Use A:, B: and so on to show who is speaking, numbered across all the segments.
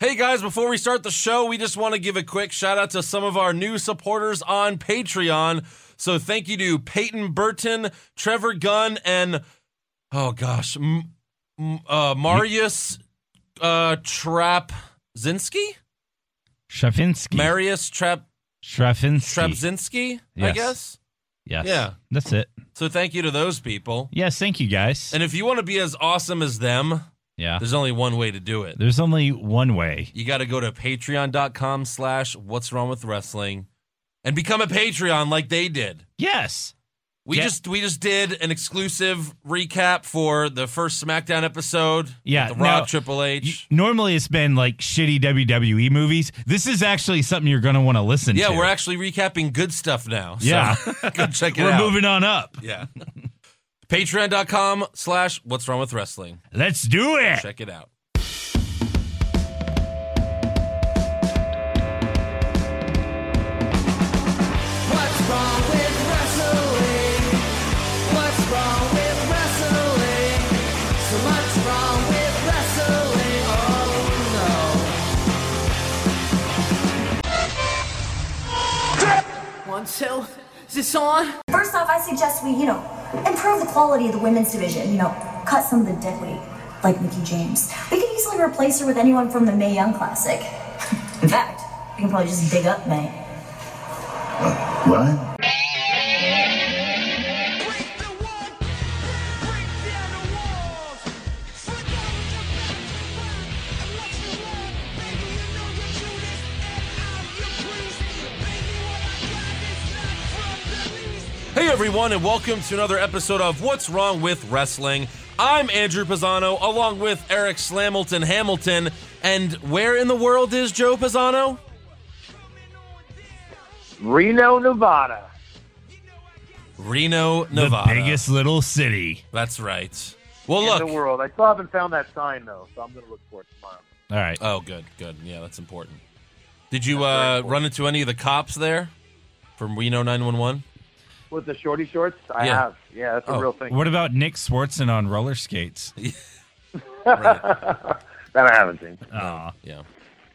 A: Hey guys, before we start the show, we just want to give a quick shout out to some of our new supporters on Patreon. So thank you to Peyton Burton, Trevor Gunn, and oh gosh, M- M- uh, Marius uh, Trapzinski?
B: Shafinsky.
A: Marius Trap Trapzinski,
B: Shafinsky.
A: I
B: Yes.
A: guess.
B: yes.
A: yeah.
B: That's it.
A: So thank you to those people.
B: Yes, thank you guys.
A: And if you want to be as awesome as them,
B: yeah.
A: there's only one way to do it.
B: There's only one way.
A: You got to go to patreon.com slash what's wrong with wrestling and become a Patreon like they did.
B: Yes.
A: We
B: Yeah.
A: just we just did an exclusive recap for the first SmackDown episode. with
B: Yeah,
A: the
B: now-
A: Rob Triple H.
B: Normally it's been like shitty WWE movies. This is actually something you're going to want to listen
A: yeah,
B: to.
A: we're actually recapping good stuff now. So
B: Yeah.
A: go check it
B: We're
A: out.
B: moving on up.
A: Yeah. Patreon.com slash what's wrong with wrestling.
B: Let's do it.
A: Check it out.
C: What's wrong with wrestling? What's wrong with wrestling? So much wrong with wrestling. Oh no. One, two, is this on?
D: First off, I suggest we, you know, improve the quality of the women's division. You know, cut some of the dead weight, like Mickey James. We could easily replace her with anyone from the Mae Young Classic. In fact, we can probably just dig up Mae.
E: What?
F: Break the wall, break down the walls. Forget what your back to burn and what you want. Baby, you know your Judas and I'm your priest. Baby, what I got is not from the least.
A: Hey everyone, and welcome to another episode of What's Wrong with Wrestling. I'm Andrew Pisano, along with Eric Slamilton Hamilton. And where in the world is Joe Pisano?
G: Reno, Nevada.
A: Reno,
B: the
A: Nevada.
B: biggest little city.
A: That's right. Well,
G: In the
A: look.
G: world. I still haven't found that sign, though, so I'm going to look for it tomorrow.
B: All right.
A: Oh, good, good. Yeah, that's important. Did you uh, run into any of the cops there from Reno 911?
G: With the shorty shorts? I
A: Yeah.
G: have. Yeah, that's a
A: Oh,
G: real thing.
B: what about Nick Swartzen on roller skates?
G: That I haven't seen.
B: Aw.
A: Yeah.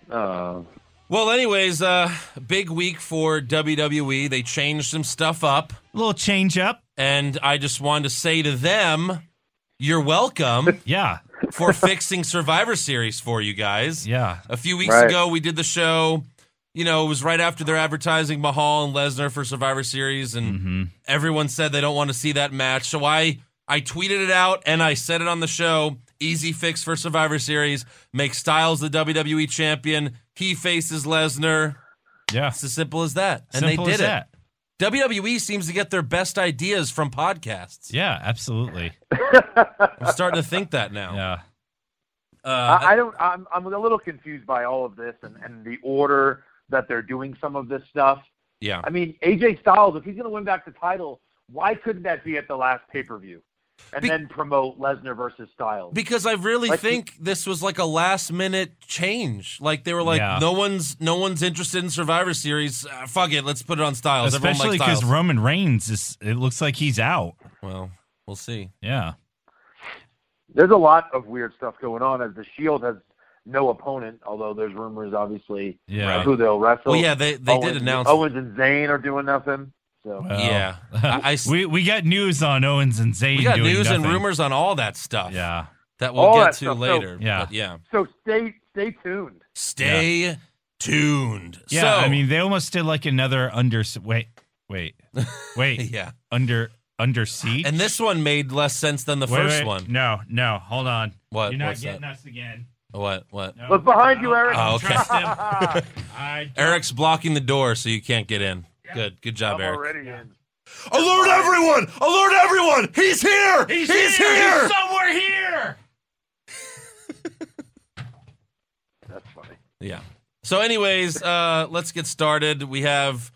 G: Uh,
A: Well, anyways, uh, big week for WWE. They changed some stuff up.
B: little change up.
A: And I just wanted to say to them, you're welcome
B: Yeah.
A: for fixing Survivor Series for you guys.
B: Yeah.
A: A few weeks
G: Right.
A: ago, we did the show. You know, it was right after they're advertising Mahal and Lesnar for Survivor Series, and
B: Mm-hmm.
A: everyone said they don't want to see that match. So I I tweeted it out and I said it on the show. Easy fix for Survivor Series. Make Styles the WWE champion. He faces Lesnar.
B: Yeah.
A: It's as simple as that. And
B: Simple
A: they
B: as
A: did it.
B: that.
A: WWE seems to get their best ideas from podcasts.
B: Yeah, absolutely.
A: I'm starting to think that now.
B: Yeah.
A: Uh,
G: I, I don't. I'm, I'm a little confused by all of this and, and the order that they're doing some of this stuff.
A: yeah.
G: I mean, AJ Styles, if he's going to win back the title, why couldn't that be at the last pay per view? And
A: Be-
G: then promote Lesnar versus Styles.
A: Because I really
G: Like,
A: think this was like a last minute change. Like they were like,
B: Yeah.
A: no one's no one's interested in Survivor Series. Uh, fuck it, let's put it on Styles.
B: Especially
A: Everyone likes
B: because
A: Styles.
B: Roman Reigns is, it looks like he's out.
A: well, we'll see.
B: Yeah.
G: there's a lot of weird stuff going on as the Shield has no opponent, although there's rumors, obviously,
B: Yeah.
G: of who they'll wrestle.
A: Well, yeah, they- they did
G: Owens,
A: announce-
G: Owens and Zayn are doing nothing. So
B: Well,
A: Yeah. I- I s-
B: Oh. we we got news on Owens and Zayn.
A: We got
B: doing
A: news and
B: nothing.
A: rumors on all that stuff.
B: Yeah,
A: That we'll
G: All
A: get
G: that
A: to
G: stuff. So-
A: later.
B: Yeah.
A: But yeah.
G: so stay stay tuned.
A: Stay tuned.
B: yeah.
A: So,
B: I mean, they almost did like another under. Wait, wait, wait.
A: Yeah.
B: Under under siege.
A: And this one made less sense than the
B: Wait,
A: first
B: wait,
A: one.
B: No, no. Hold on.
A: What-
B: You're not
A: what's
B: getting
A: that?
B: us again.
A: What? What?
B: No,
G: Look behind you,
B: I
G: Eric.
B: don't
A: Oh, okay.
B: Trust him. I don't-
A: Eric's blocking the door, so you can't get in. Good. Good job,
G: I'm
A: Eric.
G: already in.
A: Alert everyone! Alert everyone! He's here!
B: He's, here. He's somewhere here.
G: That's funny.
A: yeah. So, anyways, uh, let's get started. We have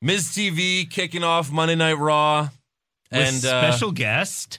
A: Ms. TV kicking off Monday Night Raw, and
B: With
A: uh,
B: special guest.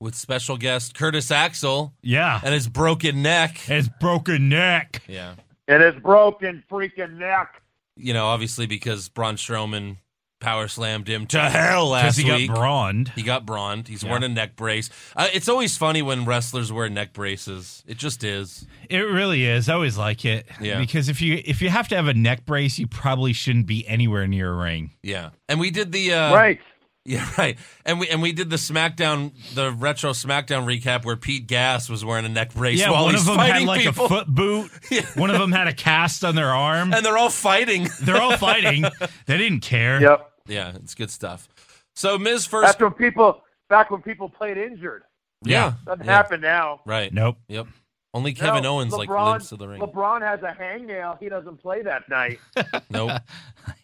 A: with special guest Curtis Axel
B: Yeah.
A: and his broken neck.
B: His broken neck.
A: Yeah,
G: It is broken freaking neck.
A: you know, obviously because Braun Strowman power slammed him to hell last
B: Because he got
A: week.
B: brawned.
A: he got brawned. He's wearing a neck brace. Uh, it's always funny when wrestlers wear neck braces. It just is.
B: It really is. I always like it.
A: Yeah.
B: Because if you if you have to have a neck brace, you probably shouldn't be anywhere near a ring.
A: Yeah. And we did the uh,
G: right.
A: Yeah, right. And we and we did the SmackDown, the retro SmackDown recap where Pete Gass was wearing a neck brace
B: Yeah,
A: while
B: one
A: he's
B: of them
A: fighting
B: had like
A: people,
B: a foot boot. One of them had a cast on their arm.
A: and they're all fighting.
B: They're all fighting. they didn't care.
G: Yep.
A: yeah, it's good stuff. So Miz first,
G: That's when people back when people played injured.
A: yeah,
G: Doesn't
A: yeah,
G: happen now.
A: Right.
B: Nope.
A: Yep. Only Kevin
G: No,
A: Owens like
G: LeBron-
A: lives to the ring.
G: LeBron has a hangnail. He doesn't play that night.
A: Nope.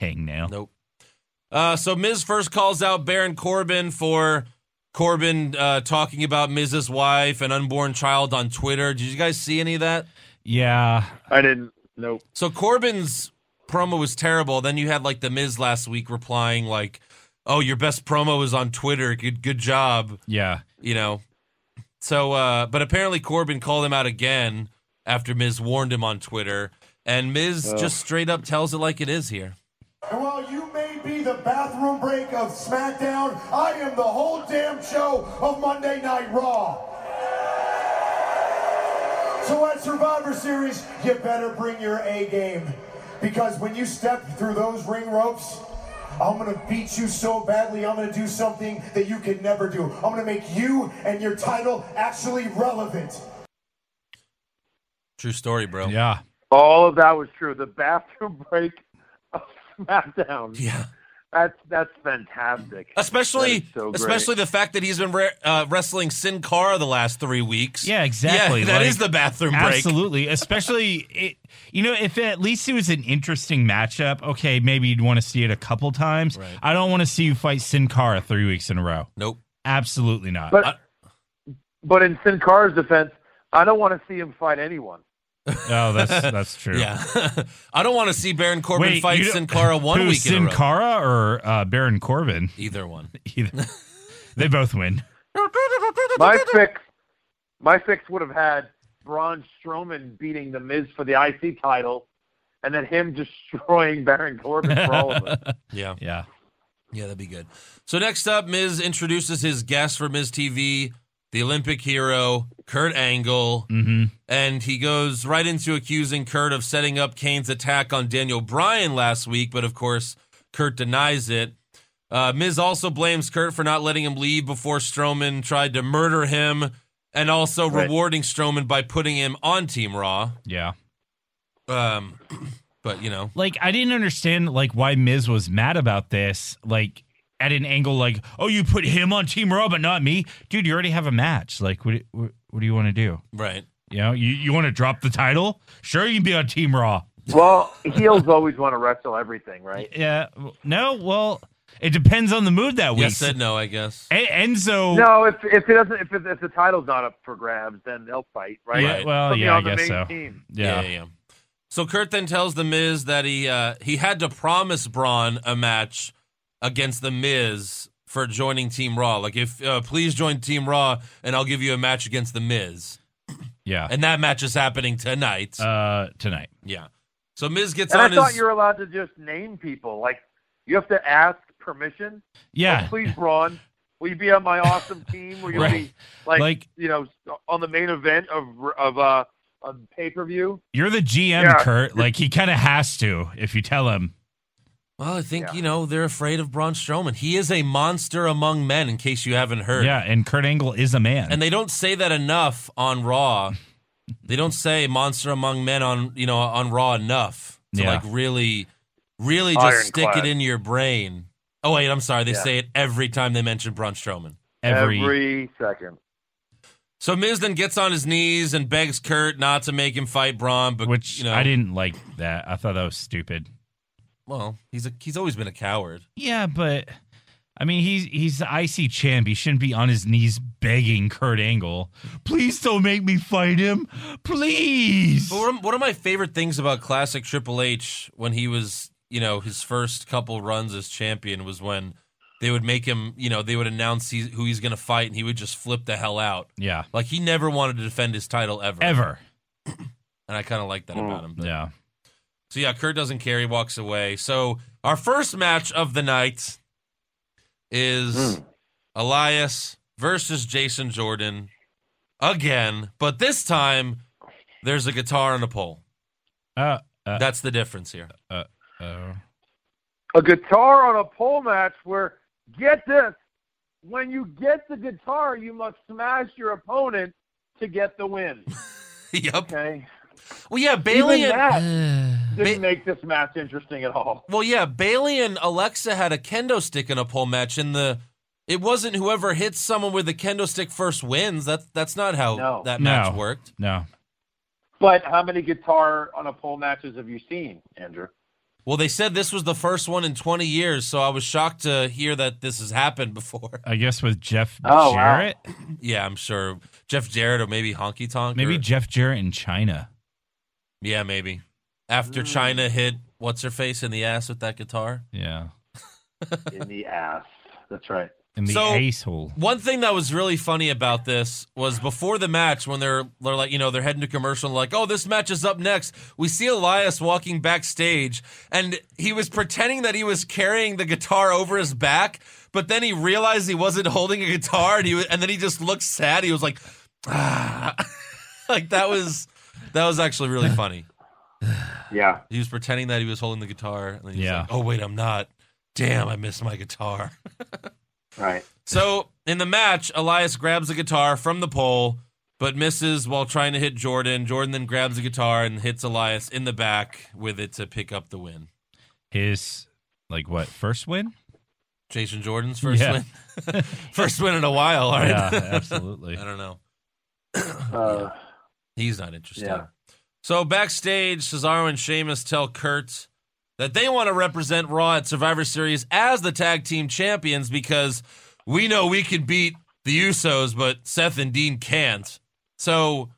B: Hangnail.
A: Nope. Uh, so Miz first calls out Baron Corbin for Corbin uh, talking about Miz's wife and unborn child on Twitter. Did you guys see any of that?
B: Yeah.
G: I didn't. Nope.
A: So Corbin's promo was terrible. Then you had like the Miz last week replying like, "Oh, your best promo was on Twitter. Good, good job."
B: Yeah.
A: You know. So, uh, but apparently Corbin called him out again after Miz warned him on Twitter, and Miz just straight up tells it like it is here.
E: And while you may be the bathroom break of SmackDown, I am the whole damn show of Monday Night Raw. So at Survivor Series, you better bring your A game. Because when you step through those ring ropes, I'm gonna beat you so badly, I'm gonna do something that you could never do. I'm gonna make you and your title actually relevant.
A: True story, bro.
B: Yeah.
G: All of that was true. The bathroom break of SmackDown.
A: Yeah.
G: That's that's fantastic. That
A: Especially,
G: is so great.
A: especially the fact that he's been re- uh, wrestling Sin Cara the last three weeks.
B: Yeah, exactly.
A: Yeah, that is
B: Like,
A: the bathroom break.
B: Absolutely. Especially, it, you know, if at least it was an interesting matchup, okay, maybe you'd want to see it a couple times.
A: Right.
B: I don't want to see you fight Sin Cara three weeks in a row.
A: Nope.
B: Absolutely not.
G: But
A: I-
G: but in Sin Cara's defense, I don't want to see him fight anyone.
B: oh, that's that's true.
A: Yeah. I don't want to see Baron Corbin
B: Wait,
A: fight
B: you don't-
A: Sin Cara one
B: Who,
A: week in
B: Sin
A: a row.
B: Cara or uh, Baron Corbin?
A: Either one.
B: Either. they both win.
G: My fix, my fix would have had Braun Strowman beating the Miz for the IC title, and then him destroying Baron Corbin for all of it.
A: Yeah.
B: Yeah.
A: Yeah, that'd be good. So next up, Miz introduces his guest for Miz TV, the Olympic hero, Kurt Angle.
B: Mm-hmm.
A: And he goes right into accusing Kurt of setting up Kane's attack on Daniel Bryan last week, but of course, Kurt denies it. Uh, Miz also blames Kurt for not letting him leave before Strowman tried to murder him and also
G: Right.
A: rewarding Strowman by putting him on Team Raw.
B: Yeah.
A: Um, but, you know,
B: Like, I didn't understand like why Miz was mad about this. Like. At an angle like, oh, you put him on Team Raw, but not me, dude. You already have a match. Like, what? What, what do you want to do?
A: right.
B: You know, you, you want to drop the title? Sure, you can be on Team Raw.
G: Well, heels always want to wrestle everything, right?
B: Uh, Yeah. No, well, it depends on the mood that week.
A: Yes, said no, I guess.
B: E- Enzo.
G: No, if if it doesn't, if, it, if the title's not up for grabs, then they'll fight, right?
A: Yeah,
B: well,
G: Somebody
B: yeah, I
G: on the
B: guess
G: main
B: so.
G: team.
B: Yeah.
A: yeah, yeah. So Kurt then tells the Miz that he uh, he had to promise Braun a match against the Miz for joining Team Raw. Like, if uh, please join Team Raw, and I'll give you a match against the Miz.
B: Yeah.
A: And Oh, that match is happening tonight.
B: Uh, tonight.
A: yeah. So Miz gets
G: And I
A: on
G: thought
A: his.
G: you were allowed to just name people. Like you have to ask permission.
B: Yeah.
G: Oh, please, Braun, will you be on my awesome team? Will you
B: Right.
G: be like,
B: Like-
G: you know on the main event of of uh on pay per view?
B: You're the GM,
G: Yeah.
B: Kurt. Like, he kind of has to if you tell him.
A: well, I think
G: Yeah.
A: you know they're afraid of Braun Strowman. He is a monster among men. In case you haven't heard.
B: Yeah. And Kurt Angle is a man.
A: and they don't say that enough on Raw. they don't say "Monster Among Men" on you know on Raw enough to
B: Yeah.
A: like really, really just stick
G: Ironclad.
A: it in your brain. Oh wait, I'm sorry. They
G: Yeah.
A: say it every time they mention Braun Strowman.
B: every.
G: second.
A: So Miz then gets on his knees and begs Kurt not to make him fight Braun, but
B: which
A: you know,
B: I didn't like that. I thought that was stupid.
A: Well, he's a, he's always been a coward.
B: Yeah, but. I mean, he's he's the icy champ. He shouldn't be on his knees begging Kurt Angle, please don't make me fight him, please.
A: But one of- one of my favorite things about classic Triple H when he was, you know, his first couple runs as champion was when they would make him, you know, they would announce he, who he's going to fight and he would just flip the hell out.
B: Yeah.
A: Like he never wanted to defend his title ever.
B: Ever.
A: And I kind of like that about him. but-
B: Yeah.
A: So yeah, Kurt doesn't care. He walks away. So our first match of the night is Elias versus Jason Jordan again, but this time there's a guitar and a pole.
B: Uh, uh,
A: That's the difference here.
B: oh.
G: a guitar on a pole match where get this when you get the guitar you must smash your opponent to get the win
A: yep.
G: okay
A: Well, yeah, Bailey
G: even
A: and
G: that
A: Ba-
G: didn't make this match interesting at all
A: Well, yeah, Bailey and Alexa had a kendo stick in a pole match, and the it wasn't whoever hits someone with the kendo stick first wins. That's that's not how
G: No.
A: that
B: No.
A: match worked.
B: No.
G: but how many guitar on a pole matches have you seen andrew
A: Well, they said this was the first one in 20 years, so I was shocked to hear that this has happened before.
B: I guess with Jeff
G: Oh, wow.
B: Jarrett.
A: yeah, I'm sure Jeff Jarrett or maybe Honky Tonk.
B: Maybe
A: or-
B: Jeff Jarrett in China.
A: yeah, maybe after
G: Mm.
A: China hit what's her face in the ass with that guitar.
B: Yeah.
G: in the ass that's right
B: In the
A: So-
B: ace hole.
A: One thing that was really funny about this was before the match when they're they're like you know they're heading to commercial like oh this match is up next we see Elias walking backstage and he was pretending that he was carrying the guitar over his back but then he realized he wasn't holding a guitar and he was, and then he just looked sad he was like ah like that was that was actually really funny
G: yeah
A: he was pretending that he was holding the guitar and then he
B: Yeah.
A: was like oh wait I'm not damn I missed my guitar.
G: right
A: So in the match, Elias grabs the guitar from the pole, but misses while trying to hit Jordan. Jordan then grabs the guitar and hits Elias in the back with it to pick up the win.
B: His like what first win?
A: Jason Jordan's first
B: Yeah.
A: win. first win in a while, all right?
B: Yeah, absolutely.
A: I don't know.
G: uh,
A: He's not interested.
G: Yeah.
A: So backstage, Cesaro and Sheamus tell Kurt that they want to represent Raw at Survivor Series as the tag team champions because we know we can beat the Usos, but Seth and Dean can't. So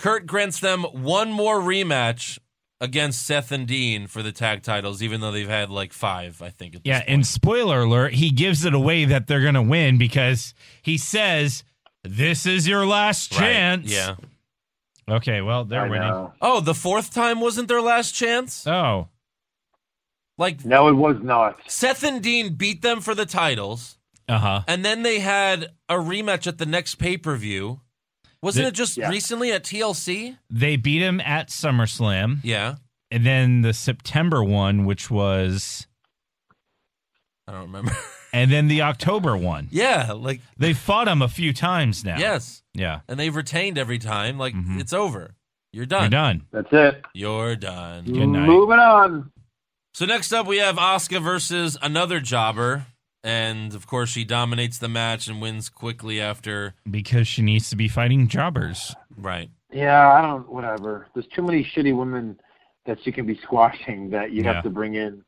A: Kurt grants them one more rematch against Seth and Dean for the tag titles, even though they've had like five, I think. At this
B: Yeah,
A: point.
B: and spoiler alert, he gives it away that they're gonna win because he says, "This is your last
A: Right,
B: chance."
A: Yeah.
B: Okay, well they're
G: I
B: winning.
G: know.
A: Oh, the fourth time wasn't their last chance?
B: Oh,
A: Like
G: no it was not
A: Seth and Dean beat them for the titles.
B: uh huh.
A: And then they had a rematch at the next pay per view. Wasn't
B: The-
A: it just
G: Yeah.
A: recently at TLC?
B: They beat him at SummerSlam,
A: Yeah.
B: and then the September one, which was,
A: I don't remember.
B: and then the October one.
A: yeah. Like,
B: They fought him a few times now.
A: yes.
B: Yeah.
A: And they've retained every time. Like,
B: Mhm.
A: it's over. Mm-hmm. You're
B: You're
A: done.
B: done.
G: that's it
A: You're done.
B: Good night.
G: moving on
A: So next up, we have Oscar versus another jobber. And of course, she dominates the match and wins quickly after.
B: Because she needs to be fighting jobbers.
A: Right.
G: Yeah, I don't. Whatever. There's too many shitty women that you can be squashing that you
B: Yeah.
G: have to bring in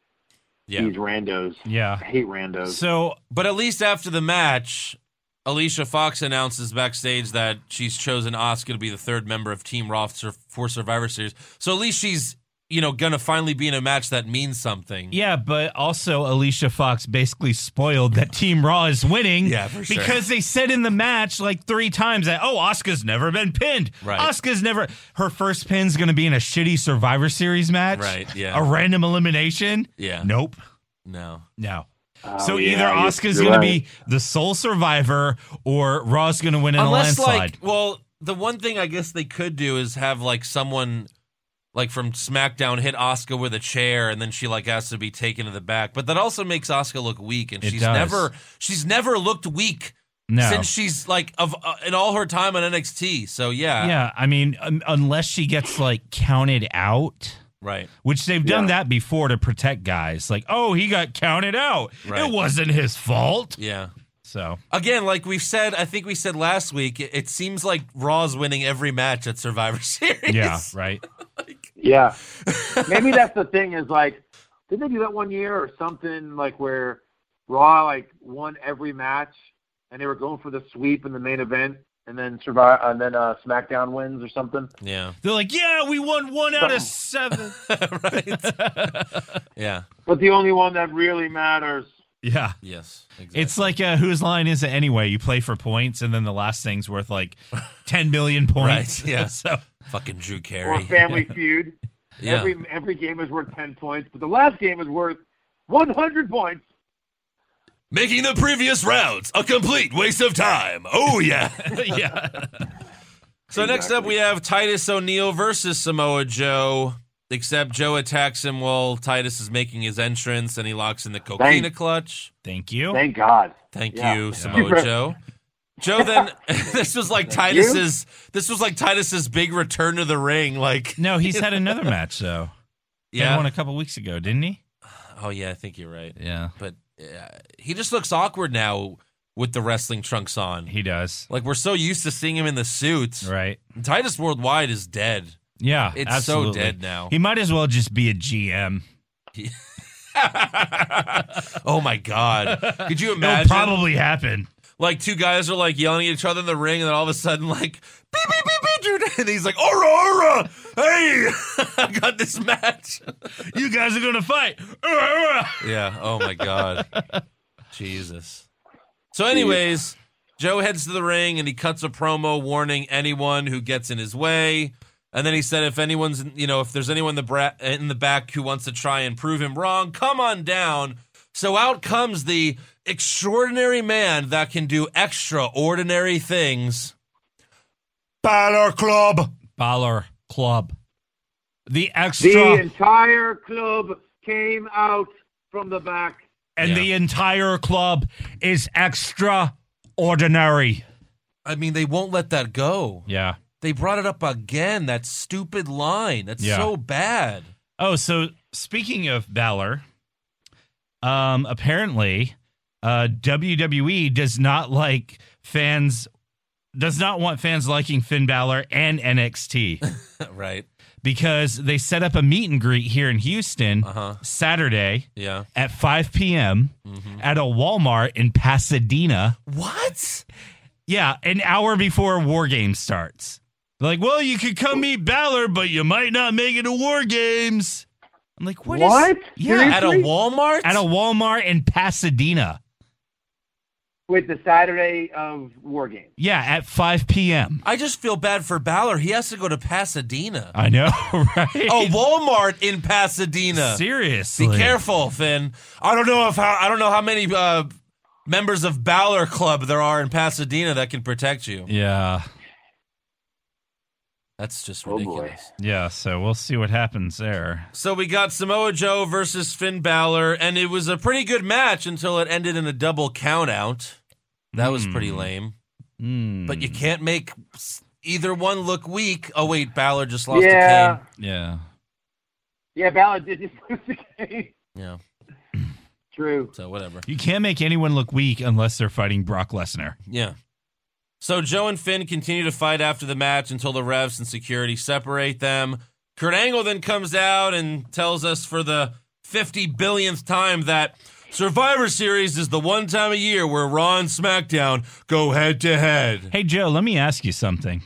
A: Yeah.
G: these randos.
B: Yeah.
G: I hate randos.
B: So
A: But at least after the match, Alicia Fox announces backstage that she's chosen Oscar to be the third member of Team Raw sur- for Survivor Series. So at least she's, you know, gonna finally be in a match that means something.
B: Yeah, but also Alicia Fox basically spoiled that Team Raw is winning.
A: Yeah, for sure.
B: Because they said in the match like three times that oh, Oscar's never been pinned.
A: Right.
B: Oscar's never. Her first pin's going to be in a shitty Survivor Series match.
A: Right, yeah.
B: A random elimination.
A: Yeah.
B: Nope.
A: No.
B: No.
G: Oh,
B: So
G: yeah,
B: either
G: you're-
B: Oscar's
G: you're
B: going to
G: right.
B: be the sole survivor, or Raw's going to win in
A: Unless
B: a landslide.
A: like, well, the one thing I guess they could do is have like someone. Like from SmackDown, hit Oscar with a chair, and then she like has to be taken to the back. But that also makes Oscar look weak, and
B: It
A: she's
B: does.
A: never she's never looked weak
B: no.
A: since she's like of uh, in all her time on NXT. So yeah,
B: yeah, I mean, um, unless she gets like counted out.
A: right.
B: which they've done
G: Yeah.
B: that before to protect guys. Like, oh, he got counted out.
A: Right.
B: It wasn't his fault.
A: Yeah.
B: So
A: Again, like we've said, I think we said last week, it, it seems like Raw's winning every match at Survivor Series.
B: yeah, right.
G: Yeah. Maybe that's the thing is like, did they do that one year or something like where Raw like won every match and they were going for the sweep in the main event and then survive and then uh, SmackDown wins or something?
A: Yeah.
B: They're like, yeah, we won one out of seven.
A: right. yeah.
G: But the only one that really matters.
B: yeah.
A: Yes. Exactly.
B: It's like uh, whose line is it anyway? You play for points, and then the last thing's worth like ten million points.
A: Right, yeah.
B: so
A: fucking Drew
G: Or
A: Carey.
G: Family Feud.
A: Yeah.
G: Every every game is worth ten points, but the last game is worth one hundred points.
A: Making the previous rounds a complete waste of time. Oh, yeah.
B: yeah.
A: So next up, we have Titus O'Neil versus Samoa Joe. Except Joe attacks him while Titus is making his entrance, and he locks in the coquina
G: Thank-
A: clutch.
B: Thank you.
G: Thank God.
A: Thank
G: Yeah.
A: you,
G: Yeah.
A: Samoa Joe. Joe then this was like
G: you.
A: Titus's this was like Titus's big return to the ring like
B: no, he's had another match though. Yeah, he
A: yeah
B: won a couple weeks ago, didn't he?
A: oh yeah I think you're right
B: Yeah,
A: but uh, he just looks awkward now with the wrestling trunks on
B: he does.
A: like we're so used to seeing him in the suits
B: Right.
A: Titus Worldwide is dead
B: Yeah,
A: It's so
B: absolutely.
A: dead now.
B: He might as well just be a GM.
A: oh my god could you
B: It'll
A: imagine
B: probably happen.
A: like two guys are like yelling at each other in the ring, and then all of a sudden, like, beep, beep, beep, beep, dude. And he's like, Aura, Aura, hey, I got this match.
B: You guys are gonna fight.
A: yeah. Oh my God. Jesus. So, anyways, Joe heads to the ring and he cuts a promo warning anyone who gets in his way. And then he said, if anyone's, you know, if there's anyone in the, bra- in the back who wants to try and prove him wrong, come on down. So out comes the extraordinary man that can do extraordinary things. Balor Club.
B: Baller Club. The
G: The
B: extra
G: entire club came out from the back.
B: and
A: Yeah.
B: the entire club is extraordinary.
A: I mean, they won't let that go.
B: Yeah.
A: They brought it up again. That stupid line. That's
B: Yeah.
A: so bad.
B: Oh, so speaking of Balor, um, apparently uh, WWE does not like fans, does not want fans liking Finn Balor and NXT
A: right.
B: because they set up a meet and greet here in Houston
A: Uh-huh.
B: Saturday
A: Yeah.
B: at 5 p.m.
A: Mm-hmm.
B: at a Walmart in Pasadena.
A: What?
B: Yeah, an hour before War Games starts. They're like, well, you could come meet Balor, but you might not make it to War Games. I'm like, what? is-
G: What?
B: yeah,
A: At a Walmart?
B: at a Walmart in Pasadena.
G: With the Saturday of War Games.
B: Yeah, at 5 p.m.
A: I just feel bad for Balor. He has to go to Pasadena.
B: I know, right?
A: Oh, Walmart in Pasadena.
B: seriously.
A: Be careful, Finn. I don't know if how I don't know how many uh, members of Balor Club there are in Pasadena that can protect you.
B: Yeah,
A: That's just
G: Oh, boy.
A: ridiculous.
B: yeah. So we'll see what happens there.
A: So we got Samoa Joe versus Finn Balor, and it was a pretty good match until it ended in a double countout. That was pretty
B: Hmm.
A: lame.
B: Mm,
A: But you can't make s- either one look weak. Oh wait, Balor just lost
G: yeah.
A: to Kane.
B: yeah,
G: Yeah, Ballard did just lose the game.
A: Yeah.
G: True.
A: So whatever.
B: you can't make anyone look weak unless they're fighting Brock Lesnar.
A: Yeah. So Joe and Finn continue to fight after the match until the refs and security separate them. Kurt Angle then comes out and tells us for the 50 billionth time that Survivor Series is the one time a year where Raw and SmackDown go head to head.
B: Hey Joe, let me ask you something.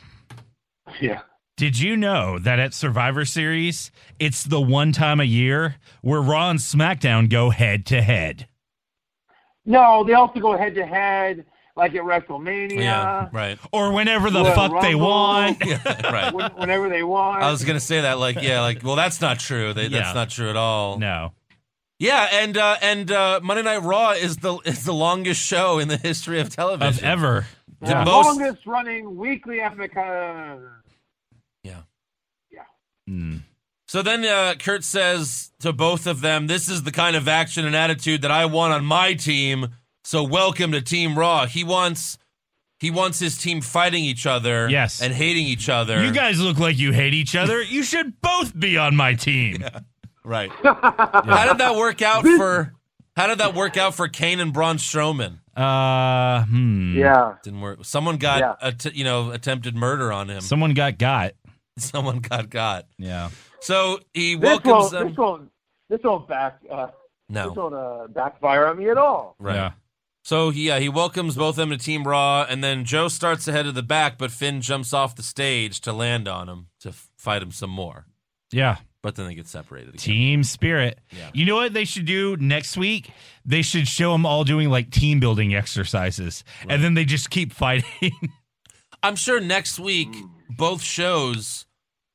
G: Yeah.
B: Did you know that at Survivor Series, it's the one time a year where Raw and SmackDown go head to head?
G: No, they also go head to head, like at WrestleMania.
A: right.
B: Or whenever the
G: Royal
B: fuck they
G: Rumble.
B: want.
A: Yeah, right.
G: When- Whenever they want.
A: I was going to say that like yeah, like well that's not true. They,
B: Yeah.
A: That's not true at all.
B: No.
A: Yeah, and uh and uh Monday Night Raw is the is the longest show in the history of television.
B: Of ever.
A: the
G: Yeah.
A: most-
G: longest running weekly epic. Uh,
B: Mm.
A: So then uh, Kurt says to both of them, This is the kind of action and attitude that I want on my team. So welcome to Team Raw. He wants he wants his team fighting each other
B: Yes.
A: and hating each other.
B: You guys look like you hate each other. You should both be on my team.
A: right. How did that work out for how did that work out for Kane and Braun Strowman?
B: Uh, hmm.
G: yeah.
A: Didn't work. Someone got
G: Yeah.
A: att- you know, attempted murder on him.
B: Someone got got.
A: Someone got got.
B: Yeah.
A: So he
G: This
A: welcomes
G: won't,
A: them.
G: this won't. This won't back. Uh, This
A: No.
G: won't uh, backfire on me at all.
A: Right.
B: Yeah.
A: So he uh, he welcomes both of them to Team Raw, and then Joe starts ahead of the back, but Finn jumps off the stage to land on him to f- fight him some more.
B: Yeah.
A: But then they get separated. Again.
B: Team spirit.
A: Yeah.
B: You know what they should do next week? They should show them all doing like team building exercises, and then they just keep fighting.
A: I'm sure next week both shows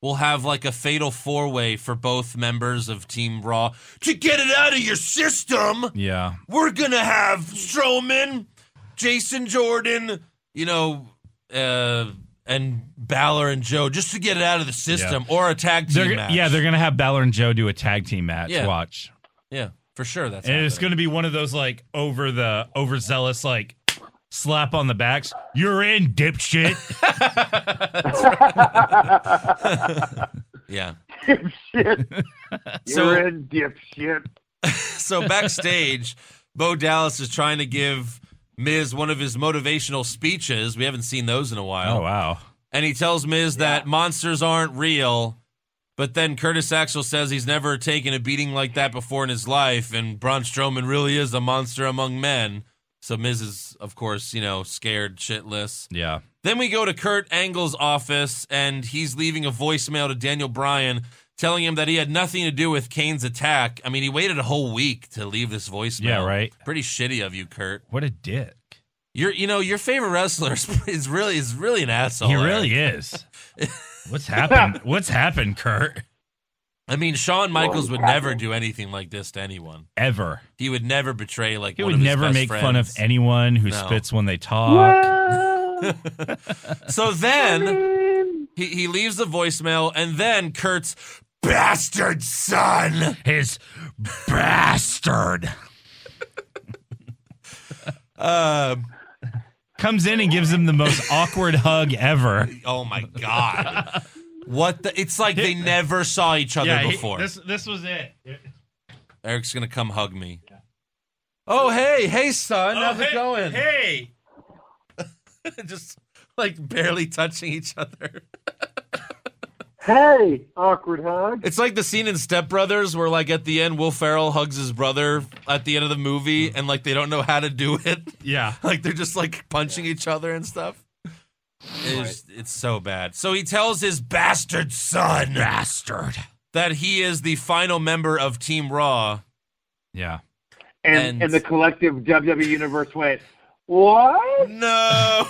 A: we'll have like a fatal four way for both members of Team Raw to get it out of your system.
B: Yeah.
A: We're gonna have Strowman, Jason Jordan, you know, uh, and Balor and Joe just to get it out of the system or a tag team
B: They're,
A: match.
B: yeah, they're gonna have Balor and Joe do a tag team match.
A: Yeah.
B: Watch,
A: yeah, for sure. That's
B: and it's
A: happening.
B: gonna be one of those like over the overzealous like slap on the backs. You're in, dipshit.
A: yeah.
G: Dipshit.
A: So-
G: You're in dipshit.
A: so backstage, Bo Dallas is trying to give Miz one of his motivational speeches. We haven't seen those in a while.
B: oh wow.
A: And he tells Miz that monsters aren't real. But then Curtis Axel says he's never taken a beating like that before in his life, and Braun Strowman really is a monster among men. So Miz is, of course, you know, scared shitless.
B: Yeah.
A: Then we go to Kurt Angle's office, and he's leaving a voicemail to Daniel Bryan telling him that he had nothing to do with Kane's attack. I mean, he waited a whole week to leave this voicemail.
B: Yeah, right.
A: Pretty shitty of you, Kurt.
B: What a dick.
A: Your, you know, your favorite wrestler is, is really is really an asshole.
B: He
A: there.
B: really is. What's happened? What's happened, Kurt?
A: I mean, Shawn Michaels would never do anything like this to anyone.
B: Ever.
A: He would never betray like.
B: He
A: one
B: would
A: of his
B: never
A: best
B: make fun of
A: friends.
B: anyone who
A: No.
B: spits when they talk.
A: So then he he leaves the voicemail, and then Kurt's bastard son.
B: His bastard
A: Uh,
B: comes in and gives him the most awkward hug ever.
A: Oh my god. What the? It's like they never saw each other before.
B: this was it.
A: Eric's gonna come hug me. Oh hey, hey son, how's it going?
B: Oh, Hey.
A: Just like barely touching each other.
G: Hey, awkward hug.
A: It's like the scene in Step Brothers where, like, at the end, Will Ferrell hugs his brother at the end of the movie, and like they don't know how to do it.
B: Yeah.
A: like they're just like punching each other and stuff. It's, it's so bad. So he tells his bastard son, bastard, that he is the final member of Team Raw.
B: Yeah.
G: And,
A: And-
G: and the collective WWE universe went, what?
A: No.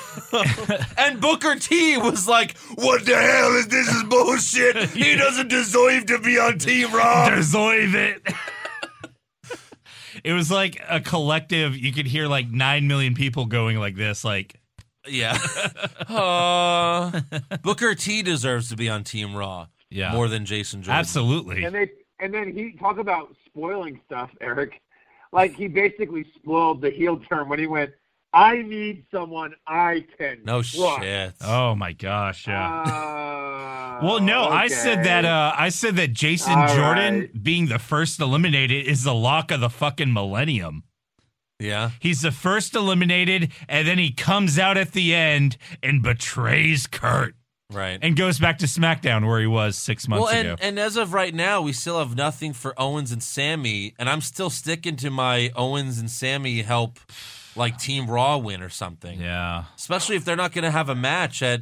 A: and Booker T was like, "What the hell is this? Is bullshit. He doesn't deserve to be on Team Raw."
B: Deserve it. it was like a collective. You could hear like 9 million people going like this, like,
A: Yeah. Uh, Booker T deserves to be on Team Raw
B: yeah.
A: more than Jason Jordan.
B: Absolutely.
G: And they and then he talk about spoiling stuff, Eric. Like he basically spoiled the heel turn when he went, I need someone I can
A: No
G: trust."
A: shit.
B: Oh my gosh. Yeah.
G: Ah,
B: Well, no, I said that.
G: okay.
B: Uh, I said that Jason
G: All
B: Jordan
G: right.
B: being the first eliminated is the lock of the fucking millennium.
A: Yeah.
B: He's the first eliminated, and then he comes out at the end and betrays Kurt
A: Right.
B: and goes back to SmackDown where he was six months
A: Well, and,
B: ago.
A: and as of right now, we still have nothing for Owens and Sammy, and I'm still sticking to my Owens and Sammy help, like Team Raw win or something.
B: yeah,
A: Especially if they're not going to have a match at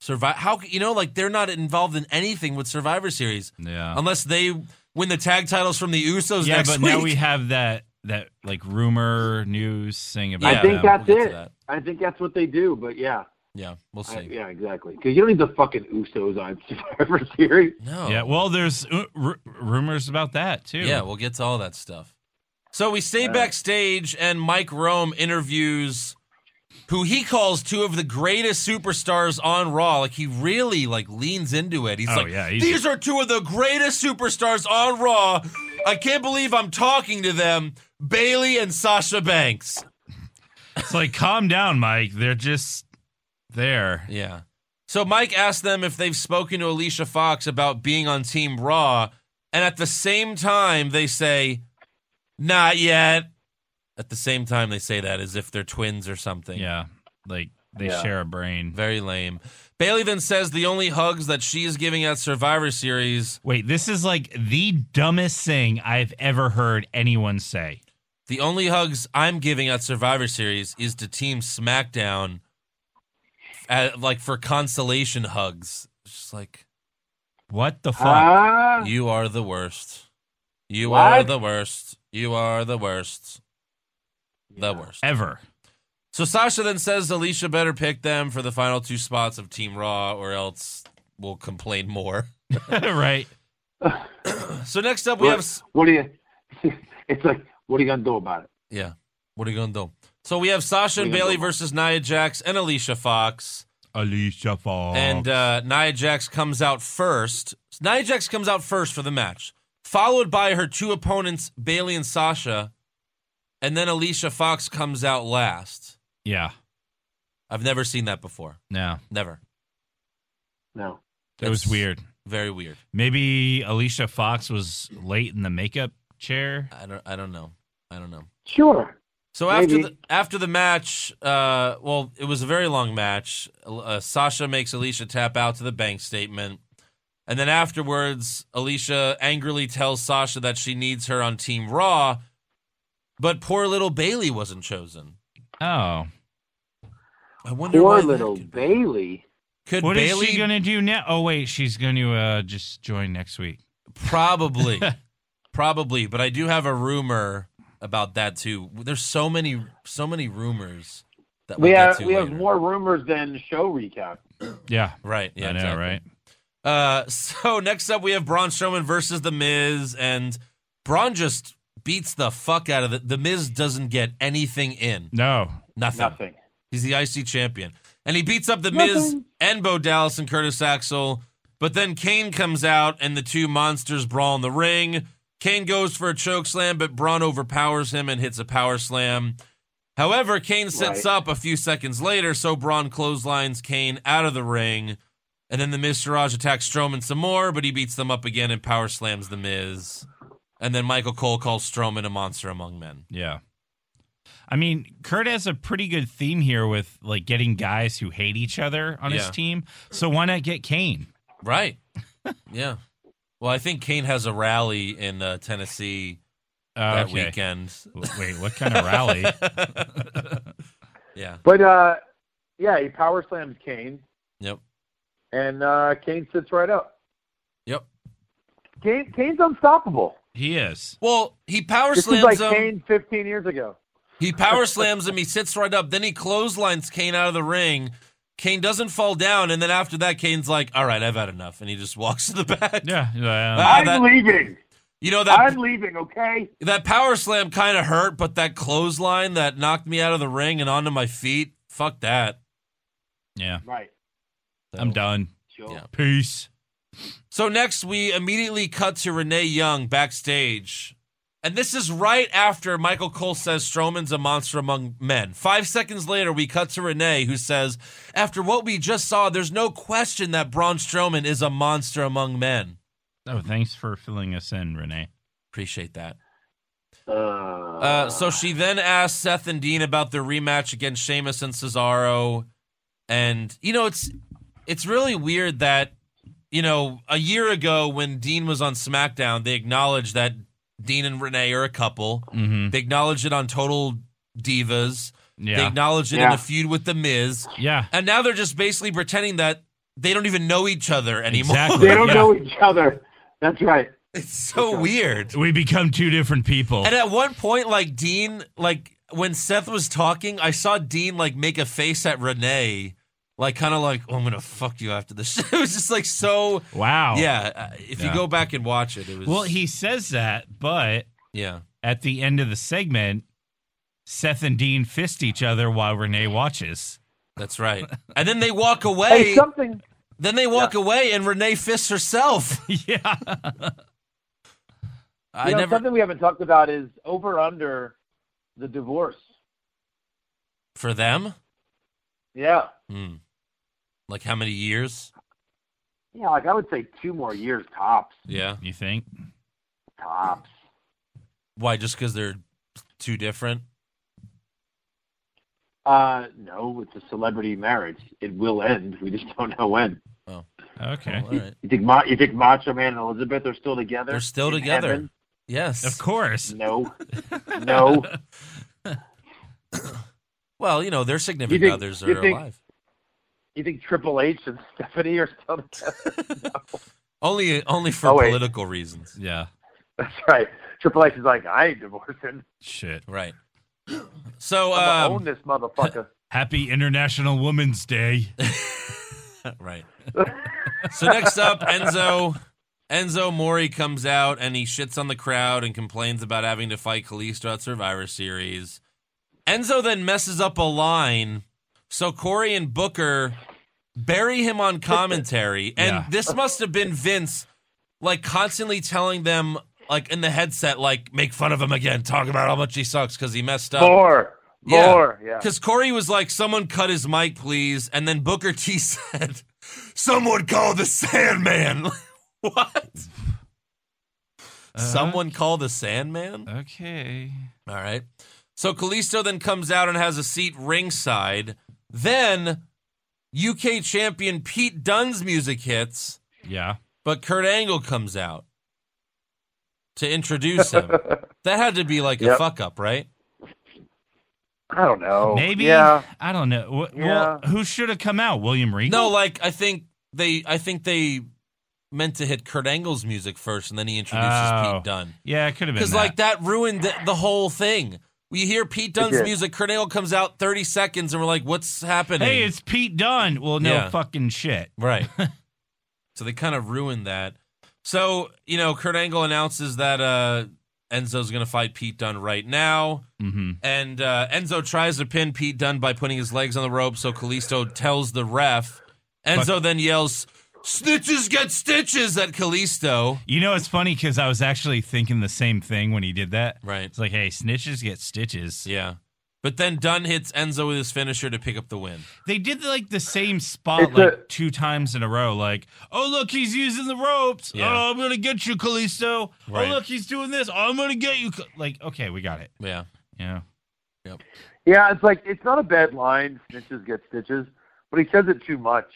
A: Survivor. How c- you know, like they're not involved in anything with Survivor Series
B: yeah,
A: unless they win the tag titles from the Usos
B: yeah.
A: next
B: But
A: week.
B: now we have that that like rumor news thing about.
A: I
G: I
A: Yeah,
G: think
B: them.
G: that's
A: we'll get
G: it.
A: to that.
G: I think that's what they do. But yeah,
A: yeah, we'll see.
G: I, yeah, exactly. Because you don't need the fucking Usos on Survivor Series.
A: No.
B: Yeah, well, there's uh, r- rumors about that too.
A: Yeah, we'll get to all that stuff. So we stay backstage, and Mike Rome interviews who he calls two of the greatest superstars on Raw. Like he really like leans into it. He's
B: Oh,
A: like,
B: yeah, he's-
A: "These are two of the greatest superstars on Raw. I can't believe I'm talking to them." Bailey and Sasha Banks.
B: it's like calm down, Mike. They're just there.
A: Yeah. So Mike asked them if they've spoken to Alicia Fox about being on Team Raw, and at the same time they say, "Not yet." At the same time they say that as if they're twins or something.
B: Yeah, like they
G: Yeah.
B: share a brain.
A: Very lame. Bailey then says the only hugs that she's giving at Survivor Series,
B: Wait, this is like the dumbest thing I've ever heard anyone say.
A: the only hugs I'm giving at Survivor Series is to Team SmackDown, at, like for consolation hugs. It's Just like
B: What the fuck?
G: Ah,
A: You are the worst. You
G: What?
A: are the worst. You are the worst. The worst.
B: ever.
A: So Sasha then says Alicia better pick them for the final two spots of Team Raw, or else will complain more.
B: right.
A: So next up we have S-
G: What do you? It's like, what are you gonna do about it?
A: yeah. What are you gonna do? So we have Sasha and
G: What are you gonna
A: Bailey
G: do?
A: versus Nia Jax and Alicia Fox.
B: Alicia Fox.
A: and uh, Nia Jax comes out first. Nia Jax comes out first for the match, followed by her two opponents, Bailey and Sasha, and then Alicia Fox comes out last.
B: yeah.
A: I've never seen that before.
B: No.
A: Never.
G: No.
B: It was
A: That's
B: weird.
A: Very weird.
B: Maybe Alicia Fox was late in the makeup chair.
A: I don't. I don't know. I don't know.
G: Sure.
A: So after
G: Maybe.
A: the after the match, uh, well, it was a very long match. Uh, Sasha makes Alicia tap out to the bank statement, and then afterwards, Alicia angrily tells Sasha that she needs her on Team Raw, but poor little Bailey wasn't chosen.
B: Oh.
A: I wonder why
G: Poor
A: that
G: little
A: could be.
G: Bailey.
A: Could
B: What is
A: Bailey
B: she going to do now? Oh, wait. She's going to uh, just join next week.
A: probably, probably, but I do have a rumor about that too. There's so many, so many rumors that
G: We
A: we'll
G: have
A: get to
G: we have
A: later.
G: more rumors than show recap.
B: Yeah.
A: Right? Yeah,
B: I know,
A: exactly.
B: right?
A: Uh, so next up we have Braun Strowman versus The Miz, and Braun just beats the fuck out of the. The Miz doesn't get anything in,
B: No.
A: nothing.
G: Nothing.
A: He's the IC champion, and he beats up The Miz and Bo Dallas and Curtis Axel. But then Kane comes out, and the two monsters brawl in the ring. Kane goes for a choke slam, but Braun overpowers him and hits a power slam. However, Kane sets
G: Right.
A: up a few seconds later, so Braun clotheslines Kane out of the ring. And then the Miz Siraj attacks Strowman some more, but he beats them up again and power slams the Miz. And then Michael Cole calls Strowman a monster among men.
B: Yeah. I mean, Kurt has a pretty good theme here with like getting guys who hate each other on his
A: Yeah.
B: team. So why not get Kane?
A: Right. yeah. Well, I think Kane has a rally in uh, Tennessee
B: Uh,
A: that weekend.
B: Wait, what kind of rally?
A: Yeah.
G: But uh, yeah, he power slams Kane,
A: Yep.
G: and uh, Kane sits right up.
A: Yep.
G: Kane Kane's unstoppable.
B: he is.
A: Well, he power
G: This is
A: slams
G: like
A: him.
G: Kane 15 years ago.
A: He power slams him. He sits right up. Then he clotheslines Kane out of the ring. Kane doesn't fall down, and then after that, Kane's like, "All right, I've had enough," and he just walks to the back.
B: Yeah. um,
A: Ah,
G: I'm
A: that-
G: leaving.
A: You know that
G: I'm leaving. Okay.
A: that power slam kind of hurt, but that clothesline that knocked me out of the ring and onto my feet, fuck that.
B: yeah.
G: Right.
B: I'm done.
G: Sure.
A: Yeah.
B: Peace.
A: So next, we immediately cut to Renee Young backstage. And this is right after Michael Cole says Strowman's a monster among men. Five seconds later, we cut to Renee, who says, After what we just saw, there's no question that Braun Strowman is a monster among men.
B: Oh, thanks for filling us in, Renee.
A: Appreciate that.
G: Uh,
A: Uh, so she then asked Seth and Dean about their rematch against Sheamus and Cesaro, and you know it's it's really weird that you know a year ago when Dean was on SmackDown, they acknowledged that Dean and Renee are a couple.
B: Mm-hmm.
A: They acknowledged it on Total Divas. They
B: Yeah.
A: acknowledged it in
G: Yeah.
A: the feud with The Miz,
B: yeah.
A: and now they're just basically pretending that they don't even know each other anymore.
B: Exactly.
G: they don't
B: Yeah.
G: know each other. That's right.
A: it's so weird.
B: We become two different people.
A: And uh, at one point, like Dean, like when Seth was talking, I saw Dean like make a face at Renee, like kind of like, oh, "I'm gonna fuck you after this." it was just like so.
B: wow.
A: Yeah, uh, if
B: Yeah.
A: you go back and watch it, it was.
B: Well, he says that, but
A: yeah,
B: at the end of the segment, Seth and Dean fist each other while Renee watches.
A: that's right. And then they walk
G: Hey,
A: away.
G: something.
A: then they walk away, and Renee fists herself.
B: yeah.
A: I
G: You know,
A: never
G: something we haven't talked about is over under the divorce.
A: for them.
G: Yeah.
A: Hmm. Like how many years?
G: Yeah, like I would say two more years tops.
A: Yeah.
B: You think?
G: Tops.
A: Why? Just because they're too different?
G: Uh, no, it's a celebrity marriage. It will end. We just don't know when.
B: Okay.
A: All right.
G: You think Ma- you think Macho Man and Elizabeth are still together?
A: They're still
G: In
A: together.
G: heaven?
A: Yes.
B: Of course.
G: No, no.
A: Well, you know, their significant
G: think-
A: others
G: you
A: are
G: think-
A: alive.
G: You think Triple H and Stephanie are still together?
A: Only only for
G: Oh, wait.
A: political reasons.
B: Yeah.
G: That's right. Triple H is like, I ain't divorcing.
B: Shit.
A: Right. So
G: I'm gonna
A: um,
G: own this motherfucker.
B: Happy International Women's Day.
A: right. So next up, Enzo. Enzo Mori comes out and he shits on the crowd and complains about having to fight Kalisto at Survivor Series. Enzo then messes up a line, so Corey and Booker bury him on commentary. And
B: Yeah.
A: this must have been Vince, like constantly telling them, like in the headset, like make fun of him again, talk about how much he sucks because he messed up.
G: More,
A: uh, Yeah.
G: more, yeah.
A: Because Corey was like, someone cut his mic, please. And then Booker T said, someone call the Sandman. what? Someone call the Sandman?
B: Okay.
A: All right. So Kalisto then comes out and has a seat ringside. Then UK champion Pete Dunne's music hits,
B: Yeah.
A: but Kurt Angle comes out to introduce him. that had to be like a
G: Yep.
A: fuck up, right?
G: I don't know.
B: Maybe.
G: Oh, Yeah.
B: I don't know. Wh-
G: Yeah.
B: Well, who should have come out? William Regal.
A: No, like I think they I think they meant to hit Kurt Angle's music first and then he introduces
B: Oh.
A: Pete Dunne.
B: Yeah, it could have been.
A: Cuz
B: that.
A: like that ruined the, the whole thing. We hear Pete Dunne's
G: did.
A: music, Kurt Angle comes out 30 seconds and we're like what's happening?
B: hey, it's Pete Dunn. Well, no
A: Yeah.
B: fucking shit.
A: right. so they kind of ruined that. So, you know, Kurt Angle announces that uh Enzo's going to fight Pete Dunne right now.
B: Mm-hmm.
A: And uh, Enzo tries to pin Pete Dunne by putting his legs on the rope, so Kalisto tells the ref. Enzo then yells, Snitches get stitches at Kalisto.
B: You know, it's funny because I was actually thinking the same thing when he did that.
A: Right.
B: It's like, hey, snitches get stitches.
A: Yeah. But then Dunn hits Enzo with his finisher to pick up the win.
B: They did like the same spot
G: It's
B: like
G: a-
B: two times in a row. Like, oh look, he's using the ropes.
A: Yeah.
B: Oh, I'm gonna get you, Kalisto.
A: Right.
B: Oh look, he's doing this. Oh, I'm gonna get you. Ka-" Like, okay, we got it.
A: Yeah.
B: Yeah.
G: Yeah, it's like it's not a bad line. Snitches get stitches, but he says it too much.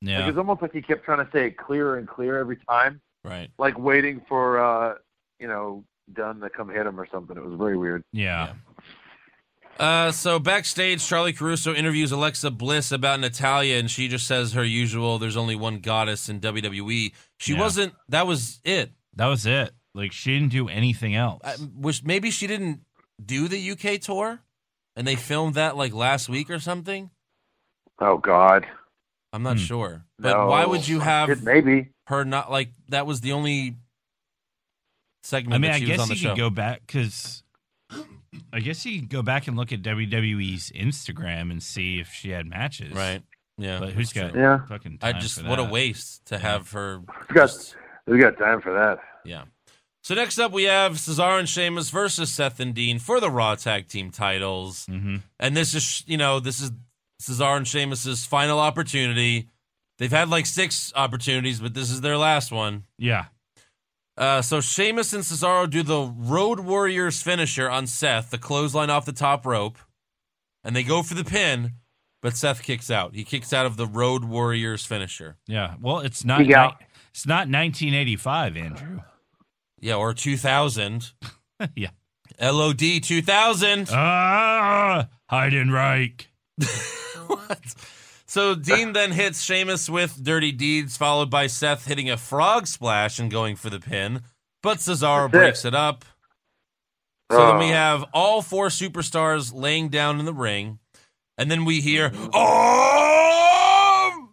G: Like,
B: Yeah.
G: it's almost like he kept trying to say it clearer and clearer every time,
A: Right.
G: like waiting for uh, you know Dunn to come hit him or something. It was very weird.
B: yeah.
A: Uh, so backstage, Charlie Caruso interviews Alexa Bliss about Natalia, and she just says her usual, there's only one goddess in WWE. She
B: Yeah.
A: wasn't, that was it.
B: That was it. Like she didn't do anything else.
A: I, which maybe she didn't do the UK tour, and they filmed that like last week or something.
G: Oh God,
A: I'm not
B: Hmm.
A: sure. But
G: no.
A: why would you
G: It,
A: have
G: maybe?
A: her not like that was the only segment
B: I mean,
A: that
B: I
A: she was
B: guess
A: on the
B: you
A: show.
B: could go back because I guess you could go back and look at WWE's Instagram and see if she had matches.
A: right. Yeah.
B: But who's
A: that's
B: got
A: true.
G: Yeah.
B: fucking
A: I
B: time
A: just
B: for
A: what a
B: that?
A: waste to have her
G: We got
A: just-
G: we got time for that.
A: yeah. So next up we have Cesaro and Sheamus versus Seth and Dean for the Raw Tag Team titles.
B: Mhm.
A: And this is, you know, this is Cesaro and Sheamus's final opportunity. They've had like six opportunities, but this is their last one.
B: Yeah.
A: Uh, so Sheamus and Cesaro do the Road Warriors finisher on Seth, the clothesline off the top rope, and they go for the pin, but Seth kicks out. He kicks out of the Road Warriors finisher.
B: Yeah. Well, it's not.
G: Yeah.
B: ni- it's not 1985, Andrew.
A: Yeah, or 2000.
B: Yeah.
A: LOD 2000.
B: Ah, Heidenreich.
A: What? So Dean then hits Sheamus with Dirty Deeds, followed by Seth hitting a frog splash and going for the pin, but Cesaro
G: That's it.
A: breaks it up. So then we
G: Oh.
A: have all four superstars laying down in the ring, and then we hear, "Oh,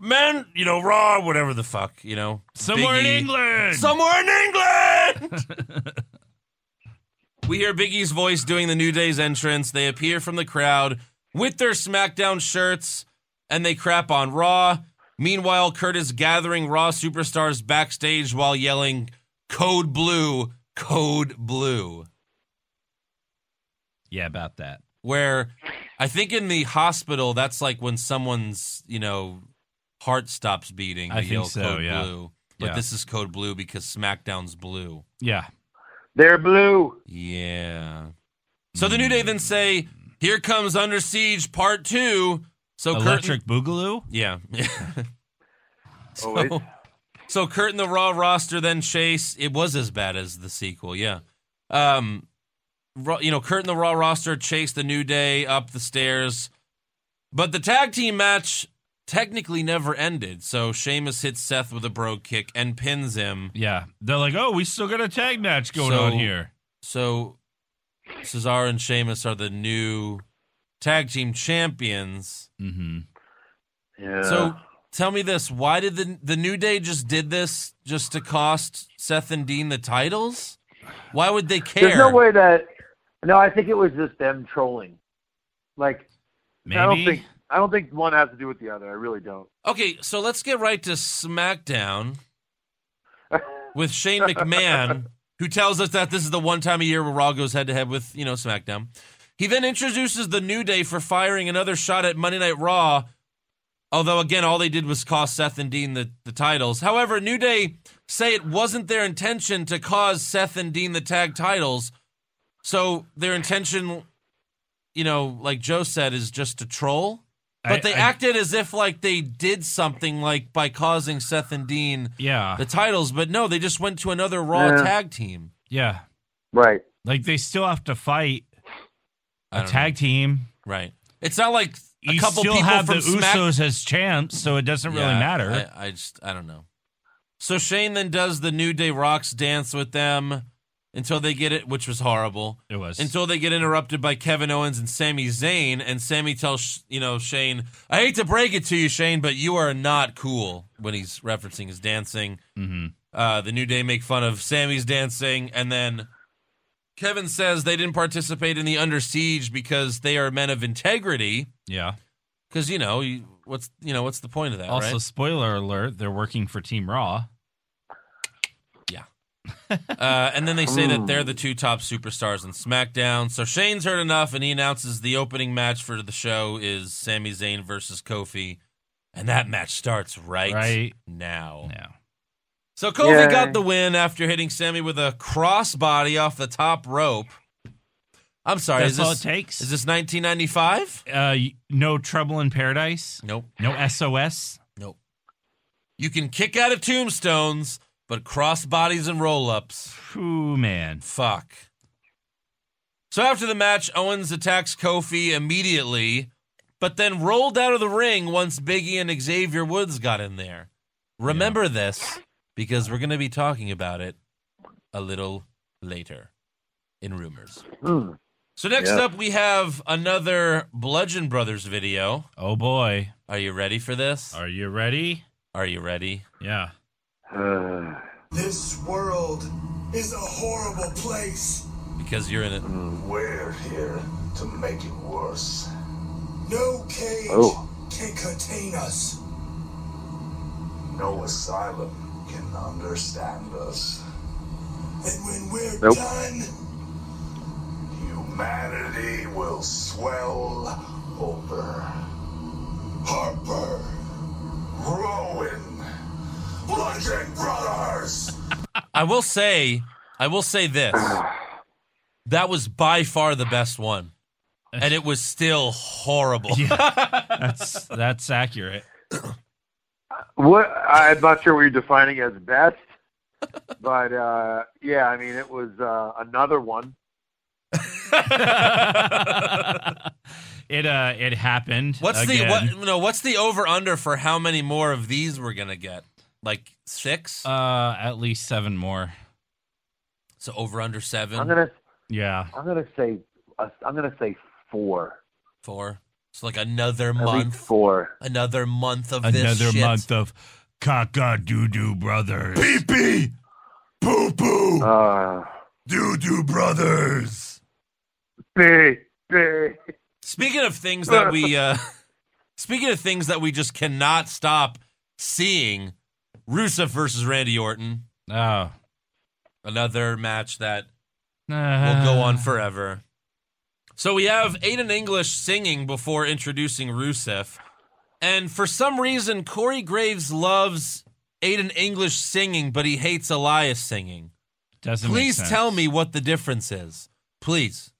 A: man, you know, Raw, whatever the fuck, you know,
B: Somewhere in
A: Big E.
B: England.
A: somewhere in England." we hear Biggie's voice doing the New Day's entrance. They appear from the crowd with their SmackDown shirts, and they crap on Raw. Meanwhile, Kurt is gathering Raw superstars backstage while yelling, "Code Blue, Code Blue."
B: yeah, about that.
A: where I think in the hospital that's like when someone's you know heart stops beating.
B: I
A: they
B: think
A: yell
B: so,
A: Code
B: yeah.
A: Blue, but
B: Yeah.
A: this is code blue because SmackDown's blue.
B: Yeah.
G: They're blue.
A: Yeah. So the New Day then say, "Here comes Under Siege Part 2. So Kurt,
B: Electric Boogaloo.
A: yeah.
G: Oh, wait.
A: so Kurt and the Raw roster then chase. It was as bad as the sequel. Yeah. Um, Ra- you know, Kurt and the Raw roster chase the New Day up the stairs, but the tag team match technically never ended. So Sheamus hits Seth with a brogue kick and pins him.
B: Yeah. They're like, oh, we still got a tag match going
A: So-
B: on here.
A: So Cesaro and Sheamus are the new tag team champions.
B: Mm-hmm.
G: Yeah.
A: So Tell me this: Why did the the New Day just did this just to cost Seth and Dean the titles? Why would they care?
G: There's no way that. No, I think it was just them trolling. Like
B: Maybe.
G: I don't think I don't think one has to do with the other. I really don't.
A: Okay, so let's get right to SmackDown with Shane McMahon, who tells us that this is the one time a year where Raw goes head to head with, you know, SmackDown. He then introduces the New Day for firing another shot at Monday Night Raw. Although, again, all they did was cost Seth and Dean the, the titles. However, New Day say it wasn't their intention to cause Seth and Dean the tag titles. So their intention, you know, like Joe said, is just to troll. But
B: I-
A: they
B: I-
A: acted as if like they did something like by causing Seth and Dean
B: Yeah.
A: the titles, but no, they just went to another Raw
G: Yeah.
A: tag team.
B: Yeah.
G: Right.
B: Like they still have to fight
A: I
B: a
A: don't
B: tag team.
A: know. right? It's not like a
B: you
A: couple
B: still
A: people
B: have
A: from
B: the
A: Smack-
B: Usos as champs, so it doesn't really
A: Yeah,
B: matter.
A: I, I just I don't know. So Shane then does the New Day Rocks dance with them until they get it, which was horrible.
B: it was
A: Until they get interrupted by Kevin Owens and Sami Zayn, and Sammy tells you know Shane, "I hate to break it to you, Shane, but you are not cool." When he's referencing his dancing,
B: Mhm.
A: uh, the New Day make fun of Sammy's dancing, and then Kevin says they didn't participate in the Under Siege because they are men of integrity.
B: yeah.
A: Because you know you, what's you know what's the point of that?
B: Also,
A: right?
B: spoiler alert: they're working for Team Raw.
A: Uh, and then they say that they're the two top superstars in SmackDown. So Shane's heard enough, and he announces the opening match for the show is Sami Zayn versus Kofi, and that match starts right,
B: Right.
A: now.
B: Yeah.
A: So Kofi
G: Yay.
A: got the win after hitting Sammy with a crossbody off the top rope. I'm sorry,
B: That's
A: is this
B: all it takes.
A: is this 1995?
B: uh, y- no trouble in paradise.
A: Nope,
B: No SOS.
A: nope. You can kick out of tombstones, but crossbodies and roll-ups.
B: Ooh, man.
A: Fuck. So after the match, Owens attacks Kofi immediately, but then rolled out of the ring once Biggie and Xavier Woods got in there. Remember this because we're going to be talking about it a little later in rumors.
G: Hmm.
A: So next
G: Yeah.
A: up, we have another Bludgeon Brothers video.
B: Oh boy.
A: Are you ready for this?
B: Are you ready?
A: Are you ready?
B: Yeah.
G: Uh,
H: This world is a horrible place.
A: Because you're in it.
H: We're here to make it worse. No cage
G: Oh.
H: can contain us. No asylum can understand us. And when we're
G: Nope.
H: done, humanity will swell over. Harper, Rowan, Bludgeon Brothers.
A: I will say, I will say this. That was by far the best one. And it was still horrible.
B: That's that's accurate.
G: what? I'm not sure what you're defining as best, but uh, yeah, I mean, it was uh, another one.
B: it uh it happened.
A: What's
B: again.
A: the what no, what's the over under for how many more of these we're gonna get? Like six?
B: uh at least seven more.
A: so over under 7
G: I'm gonna,
B: Yeah.
G: I'm gonna say, uh, I'm gonna say four.
A: four. So like another
G: At least
A: month.
G: four.
A: Another month of this.
B: Another
A: shit.
B: month of caca doo doo brothers.
H: Pee, poo poo,
G: Uh,
H: doo doo brothers.
G: B, B.
A: Speaking of things that we uh speaking of things that we just cannot stop seeing, Rusev versus Randy Orton.
B: Oh.
A: Another match that will go
B: Ah.
A: on forever. So we have Aiden English singing before introducing Rusev. And for some reason, Corey Graves loves Aiden English singing, but he hates Elias singing.
B: Doesn't make
A: Please
B: sense.
A: tell me what the difference is. Please.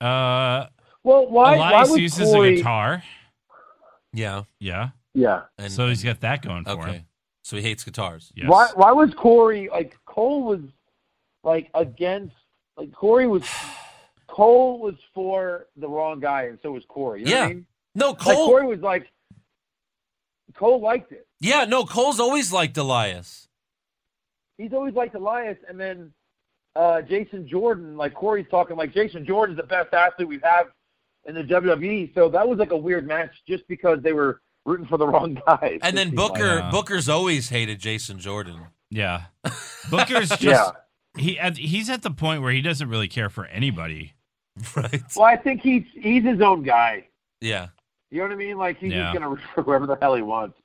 B: Uh,
G: Well, why?
B: Elias
G: why would
B: uses a
G: Corey-
B: guitar.
A: Yeah.
B: Yeah.
G: Yeah.
A: And,
B: So he's got that going for him.
A: Okay. So he hates guitars.
B: Yes.
G: Why? Why was Corey like Cole was like against like Corey was Cole was for the wrong guy, and so was Corey. You know
A: Yeah.
G: what I mean?
A: No,
G: Like
A: Cole.
G: Corey was like Cole liked it.
A: yeah, no, Cole's always liked Elias.
G: He's always liked Elias, and then uh, Jason Jordan. Like Corey's talking like Jason E. Jordan's the best athlete we have in the WWE. So that was like a weird match just because they were rooting for the wrong guys.
A: And then
G: It seems
A: Booker
B: Yeah.
A: Booker's always hated Jason Jordan.
B: Yeah. Booker's just
G: Yeah.
B: he at, he's at the point where he doesn't really care for anybody.
A: Right.
G: Well, I think he's he's his own guy.
A: Yeah.
G: You know what I mean? Like he's
B: Yeah.
G: just gonna root for whoever the hell he wants.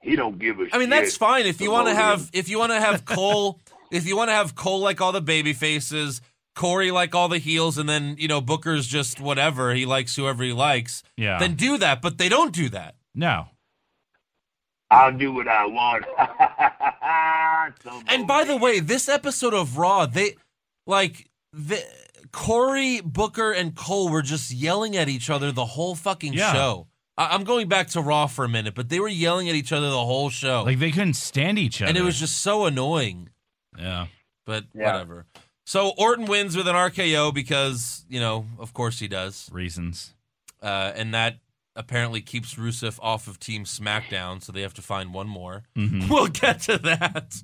G: He don't give a shit.
A: I mean, that's fine if you
G: The
A: want to
G: Logan.
A: have if you want to have Cole if you want to have Cole like all the baby faces, Corey like all the heels, and then you know Booker's just whatever he likes whoever he likes.
B: Yeah.
A: Then do that, but they don't do that.
B: no.
G: I'll do what I want. So
A: And by the
G: boring.
A: way, this episode of Raw, they like the Corey Booker and Cole were just yelling at each other the whole fucking
B: Yeah.
A: show. I, I'm going back to Raw for a minute, but they were yelling at each other the whole show,
B: Like they couldn't stand each other.
A: and it was just so annoying.
B: yeah.
A: but
G: Yeah.
A: whatever. So Orton wins with an RKO because you know, of course, he does,
B: reasons.
A: uh, and that apparently keeps Rusev off of Team SmackDown, so they have to find one more.
B: Mhm.
A: We'll get to that.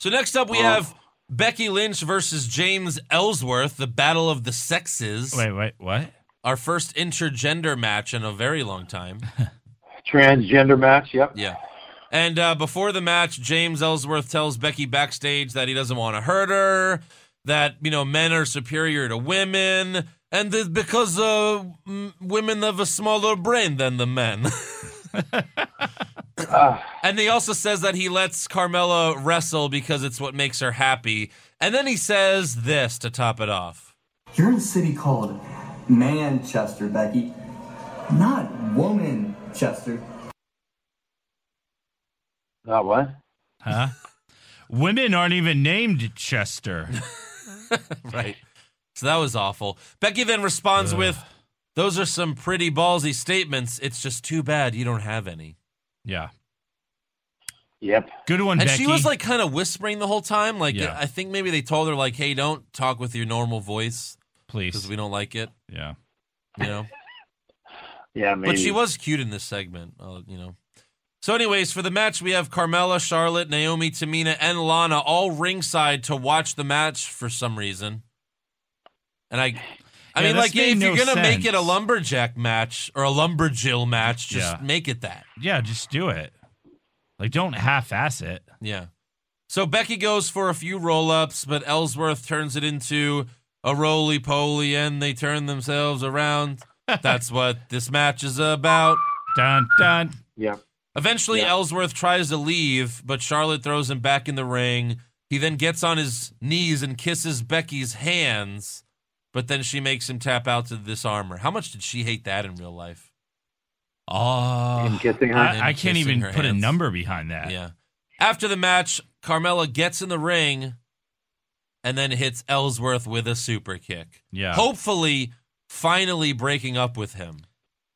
A: So next up, we
G: Oh.
A: have Becky Lynch versus James Ellsworth, the battle of the sexes.
B: Wait, wait, what?
A: Our first intergender match in a very long time.
G: transgender match. Yep.
A: Yeah. And uh, before the match, James Ellsworth tells Becky backstage that he doesn't want to hurt her, that, you know, men are superior to women, and that because uh, m- women have a smaller brain than the men. and he also says that he lets Carmella wrestle because it's what makes her happy. And then he says this to top it off.
I: You're in a city called Manchester, Becky, not Woman Chester.
G: Not what?
B: Huh? Women aren't even named Chester.
A: Right. So that was awful. Becky then responds with, Those are some pretty ballsy statements. It's just too bad you don't have any.
B: Yeah.
G: Yep.
B: Good one,
A: And
B: Becky.
A: she was like kind of whispering the whole time. Like,
B: Yeah.
A: I think maybe they told her, like, hey, don't talk with your normal voice because
B: please.
A: we don't like it,
B: yeah.
A: you know?
G: Yeah. Maybe.
A: But she was cute in this segment, uh, you know? So, anyways, for the match, we have Carmella, Charlotte, Naomi, Tamina, and Lana all ringside to watch the match for some reason. And I. I
B: Yeah,
A: mean,
B: this
A: like,
B: made
A: if you're
B: no
A: gonna make it a
B: sense.
A: lumberjack match or a lumberjill match, just
B: Yeah.
A: make it that.
B: Yeah, just do it. Like don't half ass it.
A: Yeah. So Becky goes for a few roll ups, but Ellsworth turns it into a roly poly and they turn themselves around. That's what this match is about.
B: Dun dun.
G: Yep.
A: Eventually,
G: Yeah.
A: Ellsworth tries to leave, but Charlotte throws him back in the ring. He then gets on his knees and kisses Becky's hands, but then she makes him tap out to this armor. How much did she hate that in real life?
B: Oh,
G: Him kissing her.
B: I, I
A: Kissing
B: can't even
A: her
B: put a
A: hands.
B: number behind that.
A: Yeah. After the match, Carmella gets in the ring and then hits Ellsworth with a super kick.
B: Yeah.
A: Hopefully, finally breaking up with him.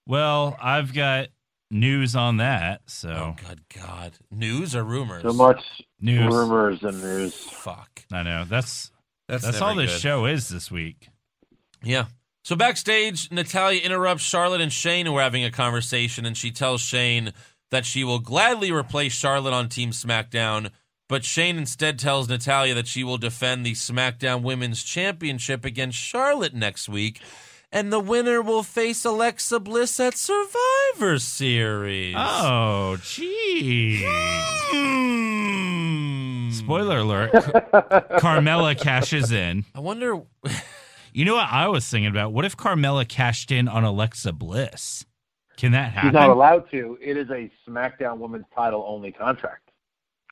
B: Well, I've got news on that. So
A: Oh, good God. News or rumors?
G: so much
B: news.
G: rumors and news.
A: Fuck.
B: I know that's
A: That's,
B: that's, all
A: never
B: this
A: good.
B: show is this week.
A: Yeah. So backstage, Natalia interrupts Charlotte and Shane, who are having a conversation, and she tells Shane that she will gladly replace Charlotte on Team SmackDown. But Shane instead tells Natalia that she will defend the SmackDown Women's Championship against Charlotte next week, and the winner will face Alexa Bliss at Survivor Series.
B: Oh, gee.
A: Hmm.
B: Spoiler alert: Car- Carmella cashes in.
A: I wonder.
B: You know what I was thinking about? What if Carmella cashed in on Alexa Bliss? Can that happen?
G: She's not allowed to. It is a SmackDown Women's Title only contract.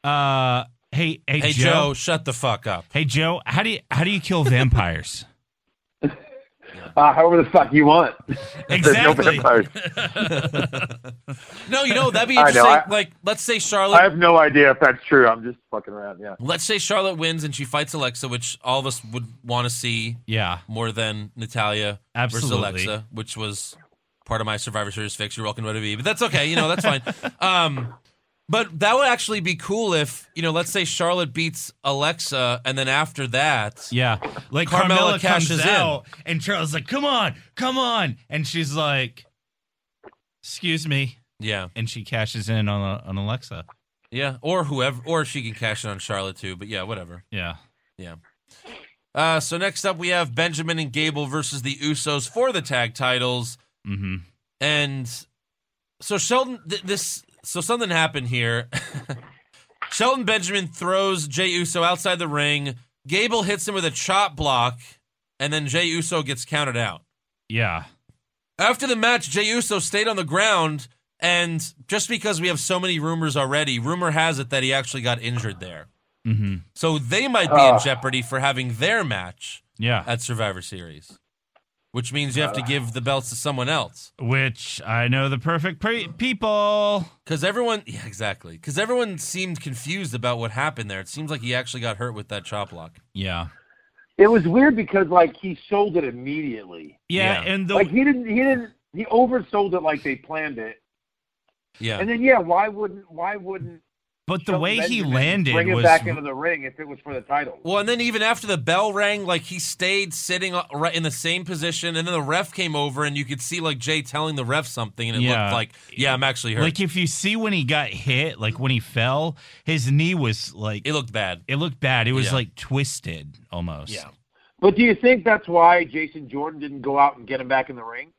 B: uh, hey, hey,
A: Hey,
B: Joe.
A: Joe, shut the fuck up.
B: Hey, Joe. How do you how do you kill vampires?
G: Uh, however the fuck you want. There's no
B: exactly.
G: vampires.
A: No, you know that'd be
G: I know,
A: interesting.
G: I-
A: like, let's say Charlotte.
G: I have no idea if that's true. I'm just fucking around. Yeah.
A: Let's say Charlotte wins and she fights Alexa, which all of us would want to see
B: yeah.
A: more than Natalia
B: Absolutely.
A: versus Alexa, which was part of my Survivor Series fix. You're welcome to WWE, but that's okay. You know, that's fine. Um, but that would actually be cool if, you know, let's say Charlotte beats Alexa and then after that,
B: Yeah, like
A: Carmella
B: Carmella,
A: cashes
B: comes
A: in.
B: out, and Charles like, "Come on, come on," and she's like, "Excuse me,"
A: yeah,
B: and she cashes in on on Alexa.
A: yeah, or whoever, or she can cash in on Charlotte too, but yeah, whatever.
B: Yeah,
A: Uh, so next up, we have Benjamin and Gable versus the Usos for the tag titles.
B: mm-hmm.
A: and So Sheldon, th- this so something happened here. Sheldon Benjamin throws Jey Uso outside the ring. Gable hits him with a chop block, and then Jey Uso gets counted out.
B: Yeah.
A: After the match, Jey Uso stayed on the ground, and just because we have so many rumors already, rumor has it that he actually got injured there.
B: Mm-hmm.
A: So they might be in jeopardy for having their match
B: Yeah.
A: at Survivor Series, which means you have to give the belts to someone else.
B: Which I know the perfect pre- people.
A: Because everyone, yeah, exactly. Because everyone seemed confused about what happened there. It seems like he actually got hurt with that chop block.
B: Yeah.
G: It was weird because like he sold it immediately.
B: Yeah,
A: Yeah.
B: and the
G: Like he didn't. He didn't. He oversold it like they planned it.
A: Yeah.
G: And then yeah, why wouldn't? Why wouldn't?
B: but the
G: Shelton
B: way he
G: Benjamin
B: landed
G: Bring it
B: was
G: back into the ring if it was for the title.
A: well, and then even after the bell rang, like he stayed sitting uh, right in the same position, and then the ref came over, and you could see like Jay telling the ref something, and it
B: Yeah.
A: looked like, yeah, I'm actually hurt.
B: like if you see when he got hit, like when he fell, his knee was like
A: it looked bad.
B: it looked bad. It was
A: Yeah.
B: like twisted almost.
A: Yeah.
G: But do you think that's why Jason Jordan didn't go out and get him back in the ring?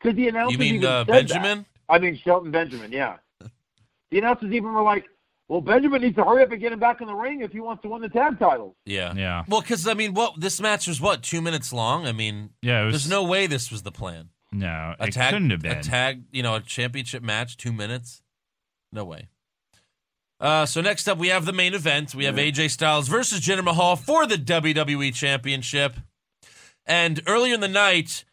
G: Because the announcers
A: You mean
G: even
A: uh,
G: said
A: Benjamin?
G: That. I mean Shelton Benjamin. Yeah. The announcers even were like, "Well, Benjamin needs to hurry up and get him back in the ring if he wants to win the tag titles."
A: Yeah.
B: Yeah.
A: Well, because I mean, what this match was what two minutes long. I mean,
B: Yeah, it was-
A: there's no way this was the plan.
B: No,
A: A
B: it
A: tag,
B: couldn't have been.
A: a tag, you know, a championship match, two minutes. No way. Uh, so next up, we have the main event. We have AJ Styles versus Jinder Mahal for the WWE Championship. And earlier in the night,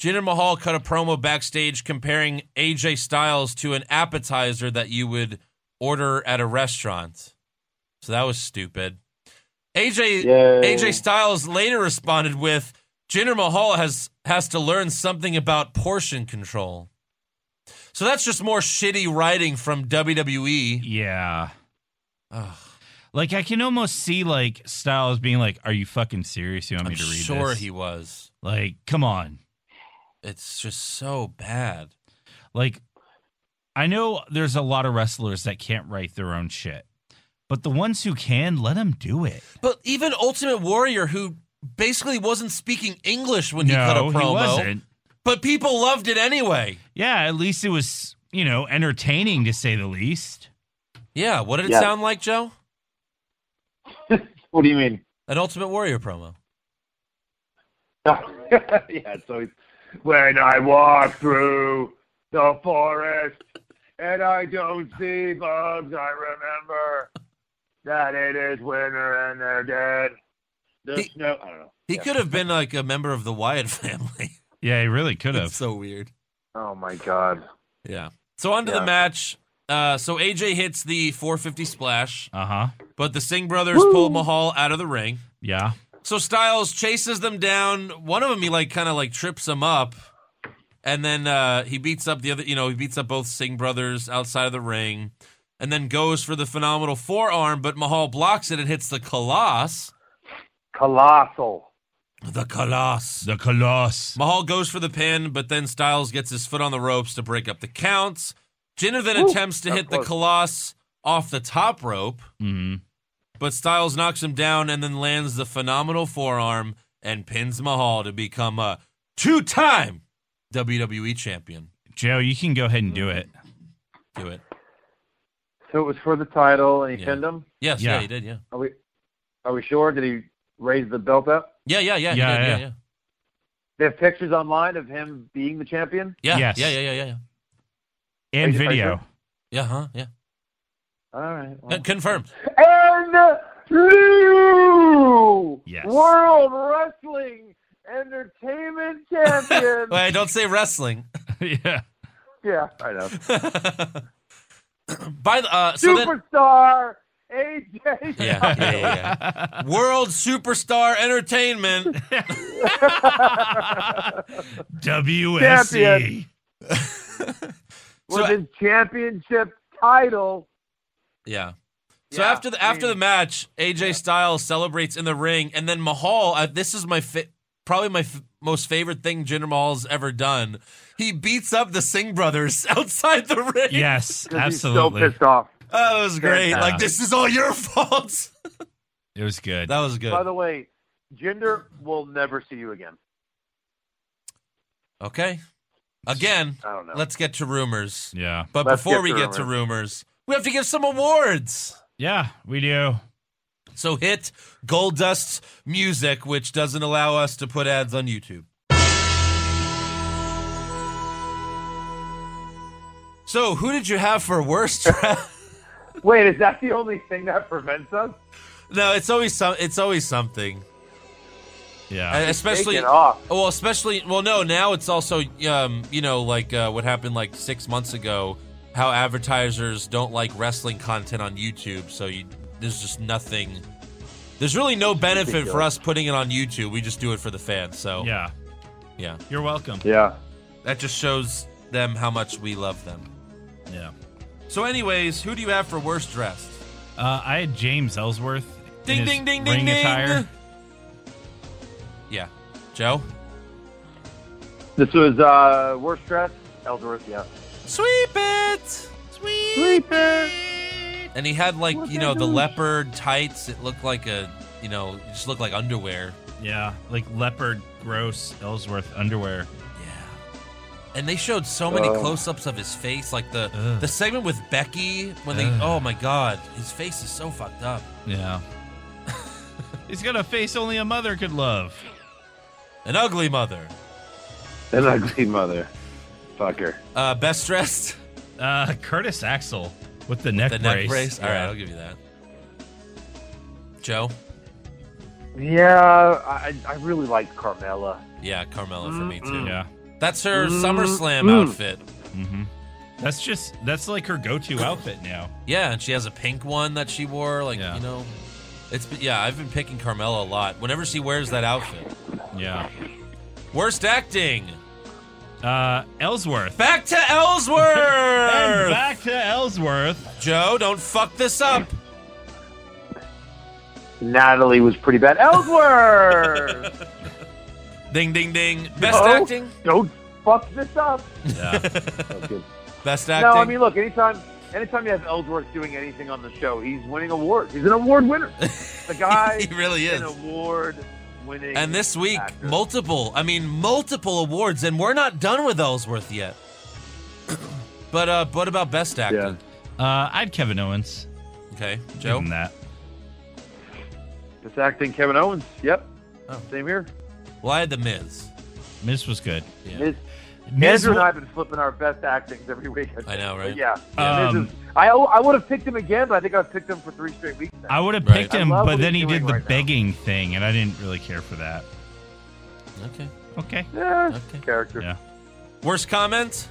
A: Jinder Mahal cut a promo backstage comparing AJ Styles to an appetizer that you would order at a restaurant. So that was stupid. AJ
G: Yay.
A: AJ Styles later responded with Jinder Mahal has has to learn something about portion control. So that's just more shitty writing from E. WWE.
B: yeah.
A: Ugh,
B: Like I can almost see like Styles being like, "Are you fucking serious? You want
A: I'm
B: me to read
A: sure
B: this?"
A: he was.
B: like, come on.
A: It's just so bad.
B: Like, I know there's a lot of wrestlers that can't write their own shit, but the ones who can, let them do it.
A: But even Ultimate Warrior, who basically wasn't speaking English when he cut a
B: no,
A: promo,
B: he wasn't.
A: but people loved it anyway.
B: Yeah, at least it was you know entertaining to say the least.
A: Yeah, what did it
G: Yeah.
A: sound like, Joe?
G: What do you mean?
A: An Ultimate Warrior promo.
G: yeah, so he's, when I walk through the forest and I don't see bugs, I remember that it is winter and they're dead. The
A: He-
G: snow, I don't know.
A: He could have been like a member of the Wyatt family.
B: Yeah, he really could
A: That's
B: have.
A: so weird.
G: Oh my god.
A: Yeah. So on to the
G: Yeah.
A: match. Uh, so AJ hits the 450 splash,
B: Uh huh.
A: but the Singh brothers pull Mahal out of the ring.
B: Yeah.
A: So Styles chases them down. One of them he like kind of like trips him up, and then uh, he beats up the other. You know, he beats up both Singh brothers outside of the ring, and then goes for the phenomenal forearm, but Mahal blocks it and hits the Colossus.
G: Colossal.
A: The Colossus.
B: The Colossus.
A: Mahal goes for the pin, but then Styles gets his foot on the ropes to break up the counts. Jinder then attempts to
G: that
A: hit the
G: was-
A: Colossus off the top rope,
B: Mm-hmm.
A: but Styles knocks him down and then lands the phenomenal forearm and pins Mahal to become a two time WWE E champion.
B: Joe, you can go ahead and do it.
A: Do it.
G: So it was for the title and he
A: Yeah.
G: pinned him?
A: Yes, yeah.
B: Yeah.
A: he did, yeah.
G: Are we are we sure? Did he raise the belt up?
A: Yeah, yeah, yeah,
B: Yeah,
A: he did, yeah,
B: yeah.
A: yeah.
G: They have pictures online of him being the champion?
A: Yeah,
B: Yes.
A: yeah, yeah, yeah, yeah, yeah.
B: And
G: Are you- are you
B: video.
A: Yeah, huh? Yeah.
G: All right. well.
A: Con- confirmed.
G: and new
B: Yes.
G: World Wrestling Entertainment Champion.
A: Wait, don't say wrestling.
B: yeah.
G: yeah, I know.
A: By the uh so then,
G: Superstar AJ.
A: yeah, yeah, yeah, yeah. World Superstar Entertainment.
B: WSC.
G: With
A: So-
G: his championship title.
A: Yeah. So
G: Yeah,
A: after the
G: I
A: after the
G: mean-
A: match, AJ Styles celebrates in the ring, and then Mahal. Uh, this is my fa- probably my f- most favorite thing Jinder Mahal's ever done. He beats up the Singh brothers outside the ring.
B: Yes,
G: 'cause
B: absolutely.
G: He's so pissed off.
A: that was great.
G: Yeah.
A: Like this is all your fault.
B: it was good.
A: that was good.
G: By the way, Jinder will never see you again.
A: Okay, Again,
G: I don't know.
A: let's get to rumors.
B: Yeah.
A: But
G: Let's
A: before
G: get
A: we
G: to
A: get to rumors, we have to give some awards.
B: Yeah, we do.
A: So hit Gold Dust's music, which doesn't allow us to put ads on YouTube. So who did you have for worst rap?
G: Wait, is that the only thing that prevents us?
A: no, it's always some it's always something.
B: Yeah.
A: And especially
G: Take it off.
A: well, especially well no, now it's also um, you know, like uh, what happened like 6 months ago how advertisers don't like wrestling content on YouTube, so you there's just nothing there's really no benefit for us putting it on YouTube. We just do it for the fans. So
B: yeah.
A: yeah.
B: You're welcome.
G: Yeah.
A: That just shows them how much we love them.
B: Yeah.
A: So, anyways, who do you have for worst dressed?
B: Uh, I had James Ellsworth. in
A: Ding,
B: his
A: ding, ding, ding,
B: ring
A: ding.
B: attire.
A: Yeah, Joe.
G: This was uh, worst dress, Ellsworth. Yeah.
A: Sweep it, sweep.
G: Sleeping.
A: And he had like you know the leopard tights. It looked like a you know it just looked like underwear.
B: Yeah, like leopard, gross Ellsworth underwear.
A: Yeah. And they showed so many
G: Oh.
A: close-ups of his face, like the
B: Ugh.
A: the segment with Becky when they.
B: Ugh.
A: Oh my God, his face is so fucked up.
B: Yeah. He's got a face only a mother could love.
A: An ugly mother.
G: An ugly mother. Fucker.
A: Uh, best dressed.
B: Uh, Curtis Axel with the neck
A: the
B: brace.
A: neck brace. All
B: Yeah.
A: right, I'll give you that. Joe.
G: Yeah, I, I really liked Carmella.
A: Yeah, Carmella for me too.
B: Yeah.
A: That's her SummerSlam
B: Mm.
A: outfit.
B: That's just that's like her go-to outfit now.
A: Yeah, and she has a pink one that she wore. Like
B: Yeah.
A: you know, it's been- yeah. I've been picking Carmella a lot. Whenever she wears that outfit,
B: Yeah.
A: worst acting.
B: Uh, Ellsworth.
A: Back to
B: And
A: Ellsworth.
B: back to Ellsworth.
A: Joe, don't fuck this up.
G: Natalie was pretty bad. Ellsworth.
A: Ding ding ding. Best
B: Oh.
G: No.
A: acting.
G: Don't fuck this up.
B: Yeah.
G: Okay.
A: Best
G: No,
A: acting.
G: I mean, look. Anytime, anytime you have Ellsworth doing anything on the show, he's winning awards. He's an award winner. The guy
A: he really
G: is
A: is.
G: an award winning.
A: And this week,
G: actor.
A: multiple. I mean, multiple awards, and we're not done with Ellsworth yet. but uh, what about best acting?
G: Yeah.
B: Uh, I'd Kevin Owens.
A: Okay,
B: Give
A: Joe.
B: him that.
G: This acting, Kevin Owens. Yep.
A: Oh.
G: Same here.
A: Well, I had the Miz.
B: Miz was good.
A: Yeah.
G: Miz,
B: Miz
G: Andrew and
B: wa-
G: I have been flipping our best actings every week.
A: I know, right?
G: But yeah.
B: Yeah.
G: Miz is- I, I would have picked him again, but I think I've picked him for three straight weeks. now.
B: I would have
A: Right.
B: picked
G: I
B: him,
G: love
B: but
G: what
B: then he
G: he's
B: did
G: doing
B: the
G: right now.
B: begging thing, and I didn't really care for that.
A: Okay.
B: Okay.
G: Yeah,
A: Okay.
G: character.
B: Yeah.
A: Worst comment?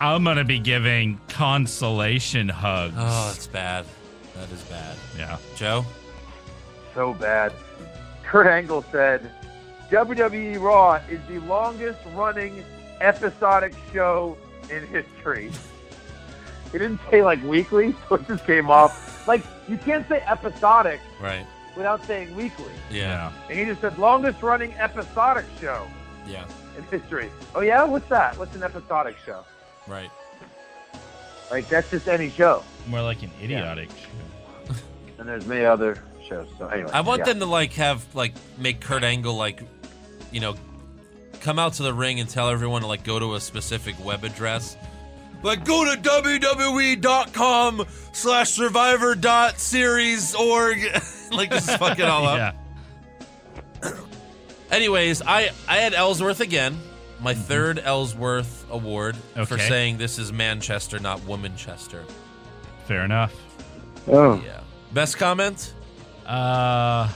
B: I'm gonna be giving consolation hugs.
A: Oh, that's bad. That is bad.
B: Yeah.
A: Joe?
G: So bad. Kurt Angle said, WWE Raw is the longest running episodic show in history. He didn't say like weekly, so it just came off. Like, you can't say episodic
A: Right.
G: without saying weekly.
A: Yeah.
G: And he just said, longest running episodic show
A: Yeah.
G: in history. Oh, yeah? What's that? What's an episodic show?
A: Right.
G: Like, that's just any show.
B: More like an idiotic.
G: And there's many other shows. So, anyway.
A: I want
G: yeah.
A: them to like have like make Kurt Angle like you know come out to the ring and tell everyone to like go to a specific web address. Like go to WWE.com slash survivor dot series org like this is fucking all up.
B: Yeah.
A: Anyways, I I had Ellsworth again, my third Ellsworth award for
B: Mm-hmm. Okay.
A: saying this is Manchester, not Womanchester.
B: Fair enough.
G: Oh.
A: Yeah. Best comment?
B: Uh,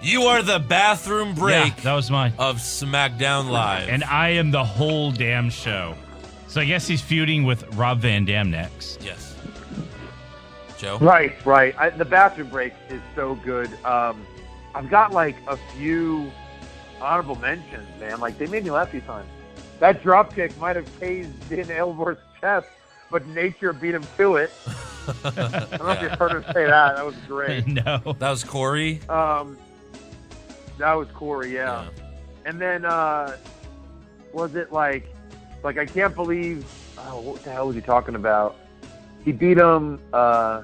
A: You are the bathroom break
B: yeah, that was mine.
A: of SmackDown Live.
B: And I am the whole damn show. So I guess he's feuding with Rob Van Dam next.
A: yes. Joe?
G: Right, right. I, the bathroom break is so good. Um, I've got like a few honorable mentions, man. Like they made me laugh a few times. That drop kick might have caged in Ellsworth's chest, but nature beat him to it. I don't know if you heard him say that. That was great.
B: no.
A: That was Corey.
G: Um, that was Corey, yeah. And then uh, was it like, like I can't believe, oh, what the hell was he talking about? He beat him. Uh,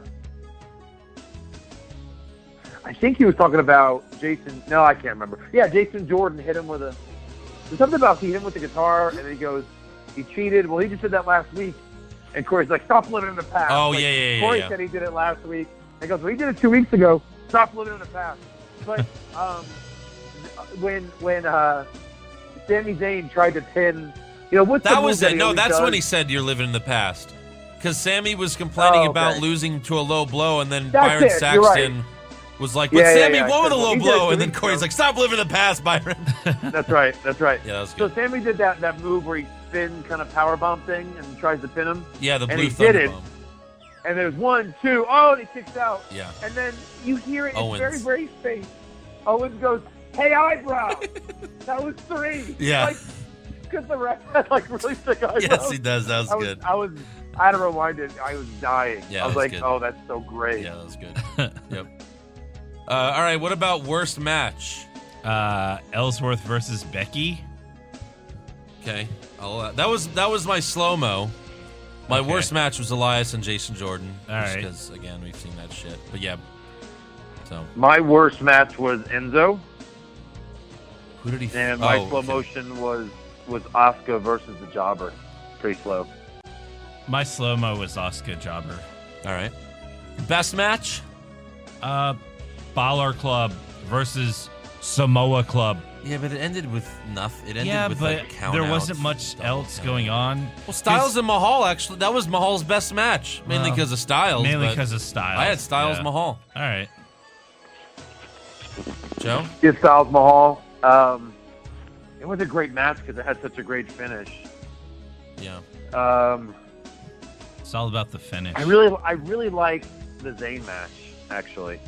G: I think he was talking about Jason. No, I can't remember. Yeah, Jason Jordan hit him with a There's something about he hit him with the guitar, and then he goes, he cheated. Well, he just did that last week. And Corey's like, stop living in the past.
A: Oh,
G: Like,
A: yeah, yeah, yeah,
G: Corey
A: yeah.
G: said he did it last week. And he goes, well, he did it two weeks ago. Stop living in the past. But um, when when uh, Sami Zayn tried to pin, you know, what's the
A: That
G: move
A: was it.
G: he
A: No,
G: always
A: that's
G: does?
A: when he said you're living in the past. Because Sammy was complaining
G: Oh, okay.
A: about losing to a low blow, and then
G: That's
A: Byron
G: it. You're right.
A: Saxton was like, "But
G: Yeah, yeah,
A: Sammy
G: yeah. I
A: won with a
G: said, well,
A: low
G: he did
A: blow,"
G: it
A: and then
G: three
A: Corey's
G: times.
A: like, "Stop living in the past, Byron."
G: That's right. That's right.
A: Yeah, that was
G: So
A: good.
G: Sammy did that that move where he spin kind of power bomb thing and tries to pin him.
A: Yeah, the
G: And
A: blue
G: he did
A: thunder
G: it.
A: bomb.
G: And there's one, two, oh, and he kicks out.
A: Yeah.
G: And then you hear it.
A: Owens.
G: It's very, very faint. Owens goes, "Hey, eyebrow." that was three.
A: Yeah.
G: Like, because the ref had like really thick eyebrows.
A: Yes, he does. That was
G: I was,
A: good.
G: I was, I had to rewind it. I was dying.
A: Yeah,
G: I was,
A: that was
G: like,
A: good.
G: oh, that's so great.
A: Yeah, that was good. yep. Uh, all right. What about worst match?
B: Uh, Ellsworth versus Becky.
A: Okay. I'll, uh, that was that was my slow mo. My
B: Okay.
A: worst match was Elias and Jason Jordan.
B: All right.
A: Because again, we've seen that shit. But yeah. So
G: My worst match was Enzo,
A: who did he?
G: and my
A: oh,
G: slow
A: okay.
G: motion was was Oscar versus the Jobber. Pretty slow.
B: My slow mo was Oscar Jobber.
A: All right. Best match?
B: Uh, Baller Club versus Samoa Club.
A: Yeah, but it ended with nothing. It ended
B: yeah,
A: with
B: but
A: like count
B: there
A: outs,
B: wasn't much
A: double
B: else
A: count.
B: going on.
A: Well, Styles and Mahal actually. That was Mahal's best match, mainly
B: Wow.
A: because of Styles.
B: mainly
A: but
B: because of Styles.
A: I had Styles
B: Yeah.
A: Mahal.
B: All right.
A: Joe.
G: did Styles Mahal. Um, it was a great match because it had such a great finish.
A: Yeah.
G: Um,
B: It's all about the finish.
G: I really, I really liked the Zayn match actually.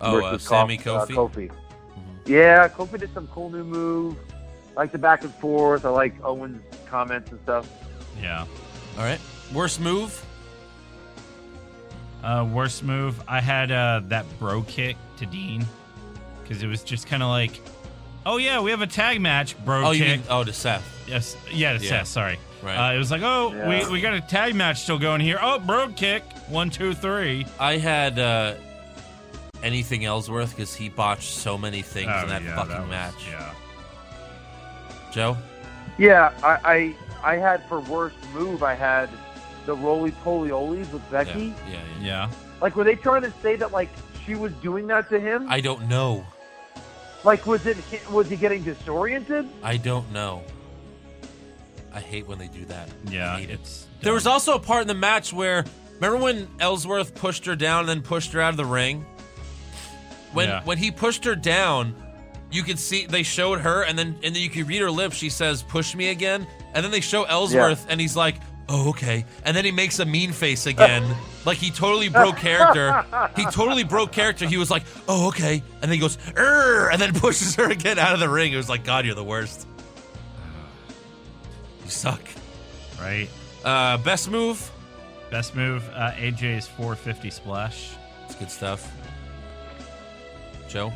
A: Oh, uh,
G: versus
A: Sammy
G: Kof- uh,
A: Kofi. Mm-hmm.
G: Kofi. Yeah, Kofi did some cool new move. I like the back and forth. I like Owen's comments and stuff.
B: yeah.
A: All right. Worst move?
B: Uh, worst move. I had uh, that bro kick to Dean because it was just kind of like, oh yeah, we have a tag match, bro
A: Oh,
B: kick.
A: you mean oh to Seth?
B: yes, yeah, it's
A: Yeah.
B: Seth, sorry.
A: Right.
B: Uh, it was like, oh,
G: Yeah.
B: we, we got a tag match still going here. Oh, bro kick. One, two, three.
A: I had uh, anything Ellsworth because he botched so many things
B: Oh,
A: in that
B: yeah,
A: fucking
B: that was-
A: match.
B: Yeah.
A: Joe.
G: Yeah, I, I, I had for worst move. I had the roly poly olies with
A: Yeah.
G: Becky.
A: Yeah, yeah. yeah.
B: Yeah.
G: Like, were they trying to say that like she was doing that to him?
A: I don't know.
G: like, was it was he getting disoriented?
A: I don't know. I hate when they do that.
B: Yeah.
A: I hate it.
B: It's
A: There was also a part in the match where remember when Ellsworth pushed her down and then pushed her out of the ring? When
B: Yeah.
A: when he pushed her down, you could see they showed her and then and then you could read her lips, she says, Push me again. And then they show Ellsworth and he's like, Oh, okay. And then he makes a mean face again. like he totally broke character. He totally broke character. He was like, Oh, okay. And then he goes, Err, and then pushes her again out of the ring. It was like, God, you're the worst. You suck.
B: right.
A: Uh, best move.
B: Best move. Uh, AJ's 450 splash.
A: It's good stuff. Joe?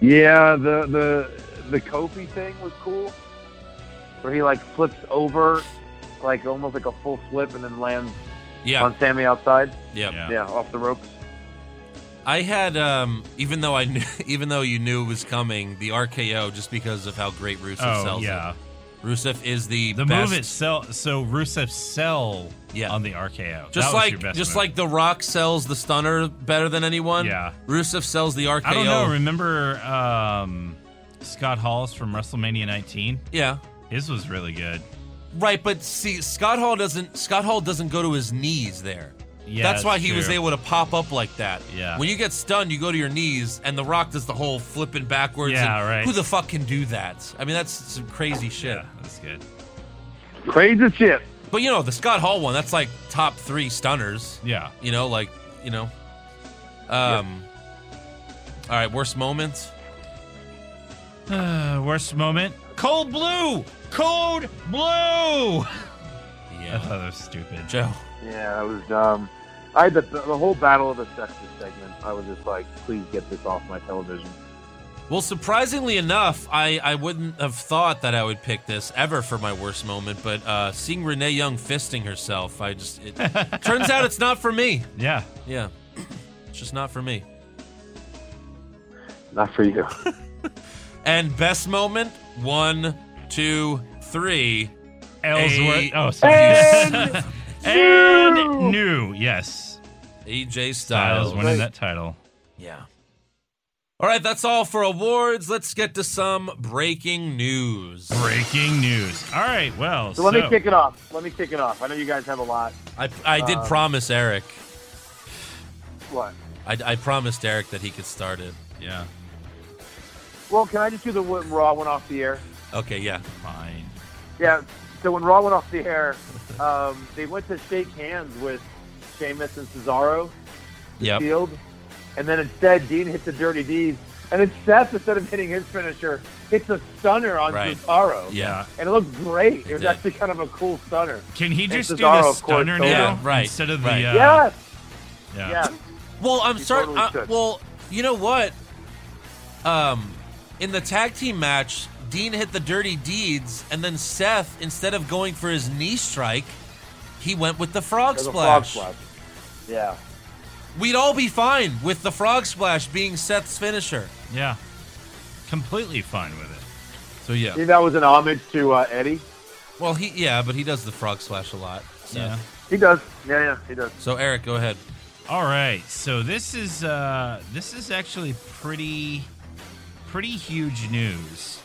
G: Yeah, the the the Kofi thing was cool, where he like flips over, like almost like a full flip, and then lands
A: Yeah,
G: on Sammy outside.
A: yeah.
B: Yeah.
G: Yeah, off the ropes.
A: I had um even though I knew even though you knew it was coming, the RKO just because of how great Rusev
B: Oh
A: sells
B: yeah.
A: it. Rusev is the,
B: The
A: best.
B: move itself. So Rusev sell
A: Yeah.
B: on the RKO. That was
A: just
B: your
A: like
B: best
A: just
B: move.
A: like The Rock sells the stunner better than anyone.
B: Yeah.
A: Rusev sells the RKO.
B: I don't know. Remember um, Scott Hall's from WrestleMania 19?
A: yeah.
B: His was really good.
A: Right, but see Scott Hall doesn't Scott Hall doesn't go to his knees there.
B: Yeah,
A: that's why
B: it's
A: he was
B: true.
A: able to pop up like that.
B: Yeah.
A: When you get stunned, you go to your knees, and The Rock does the whole flipping backwards.
B: Yeah,
A: and
B: right.
A: Who the fuck can do that? I mean, that's some crazy shit.
B: Yeah, that's good.
G: Crazy shit.
A: But you know, the Scott Hall one, that's like top three stunners.
B: Yeah.
A: You know, like you know. Um. All right, worst moments.
B: Uh, worst moment? Cold Blue! Cold Blue! I thought
A: Yeah.
B: that was stupid.
A: Joe.
G: Yeah, I was dumb. I had the, the whole battle of the sexes segment. I was just like, please get this off my television.
A: Well, surprisingly enough, I, I wouldn't have thought that I would pick this ever for my worst moment, but uh, seeing Renee Young fisting herself, I just it turns out it's not for me.
B: Yeah.
A: Yeah, it's just not for me.
G: Not for you.
A: And best moment one, two, three.
B: Ellsworth.
A: Hey.
B: Oh, sorry.
G: And
B: And new. Yes.
A: AJ
B: Styles
A: Styles.
B: winning that title.
A: Yeah. All right, that's all for awards. Let's get to some breaking news.
B: Breaking news. All right. Well,
G: So let me kick it off. Let me kick it off. I know you guys have a lot.
A: I, I did promise Eric.
G: What?
A: I, I promised Eric that he could start it.
B: Yeah.
G: Well, can I just do the when Raw went off the air?
A: Okay, yeah.
B: Fine.
G: Yeah. So when Raw went off the air, um, they went to shake hands with Sheamus and Cesaro
A: Yep.
G: Field, and then instead Dean hits a dirty deed, and then Seth instead of hitting his finisher hits a stunner on
A: Right.
G: Cesaro,
A: Yeah.
G: and it looked great. It was
A: did.
G: actually kind of a cool stunner.
B: Can he
G: And
B: just do
G: Cesaro,
B: the
G: of course,
B: stunner
G: sold
B: now
A: it. Yeah, right,
B: instead of
A: right.
B: the? Uh,
G: yes.
B: Yeah.
G: Yes.
A: Well, I'm
G: You
A: sorry.
G: totally
A: uh,
G: should.
A: well, you know what? Um, in the tag team match, Dean hit the dirty deeds, and then Seth, instead of going for his knee strike, he went with the frog
G: There's a frog
A: splash.
G: splash. Yeah.
A: We'd all be fine with the frog splash being Seth's finisher.
B: Yeah. Completely fine with it.
A: So yeah.
G: See, that was an homage to uh, Eddie.
A: Well, he yeah, but he does the frog splash a lot. Seth.
B: Yeah.
G: He does. Yeah, yeah, he does.
A: So Eric, go ahead.
B: All right. So this is uh this is actually pretty pretty huge news.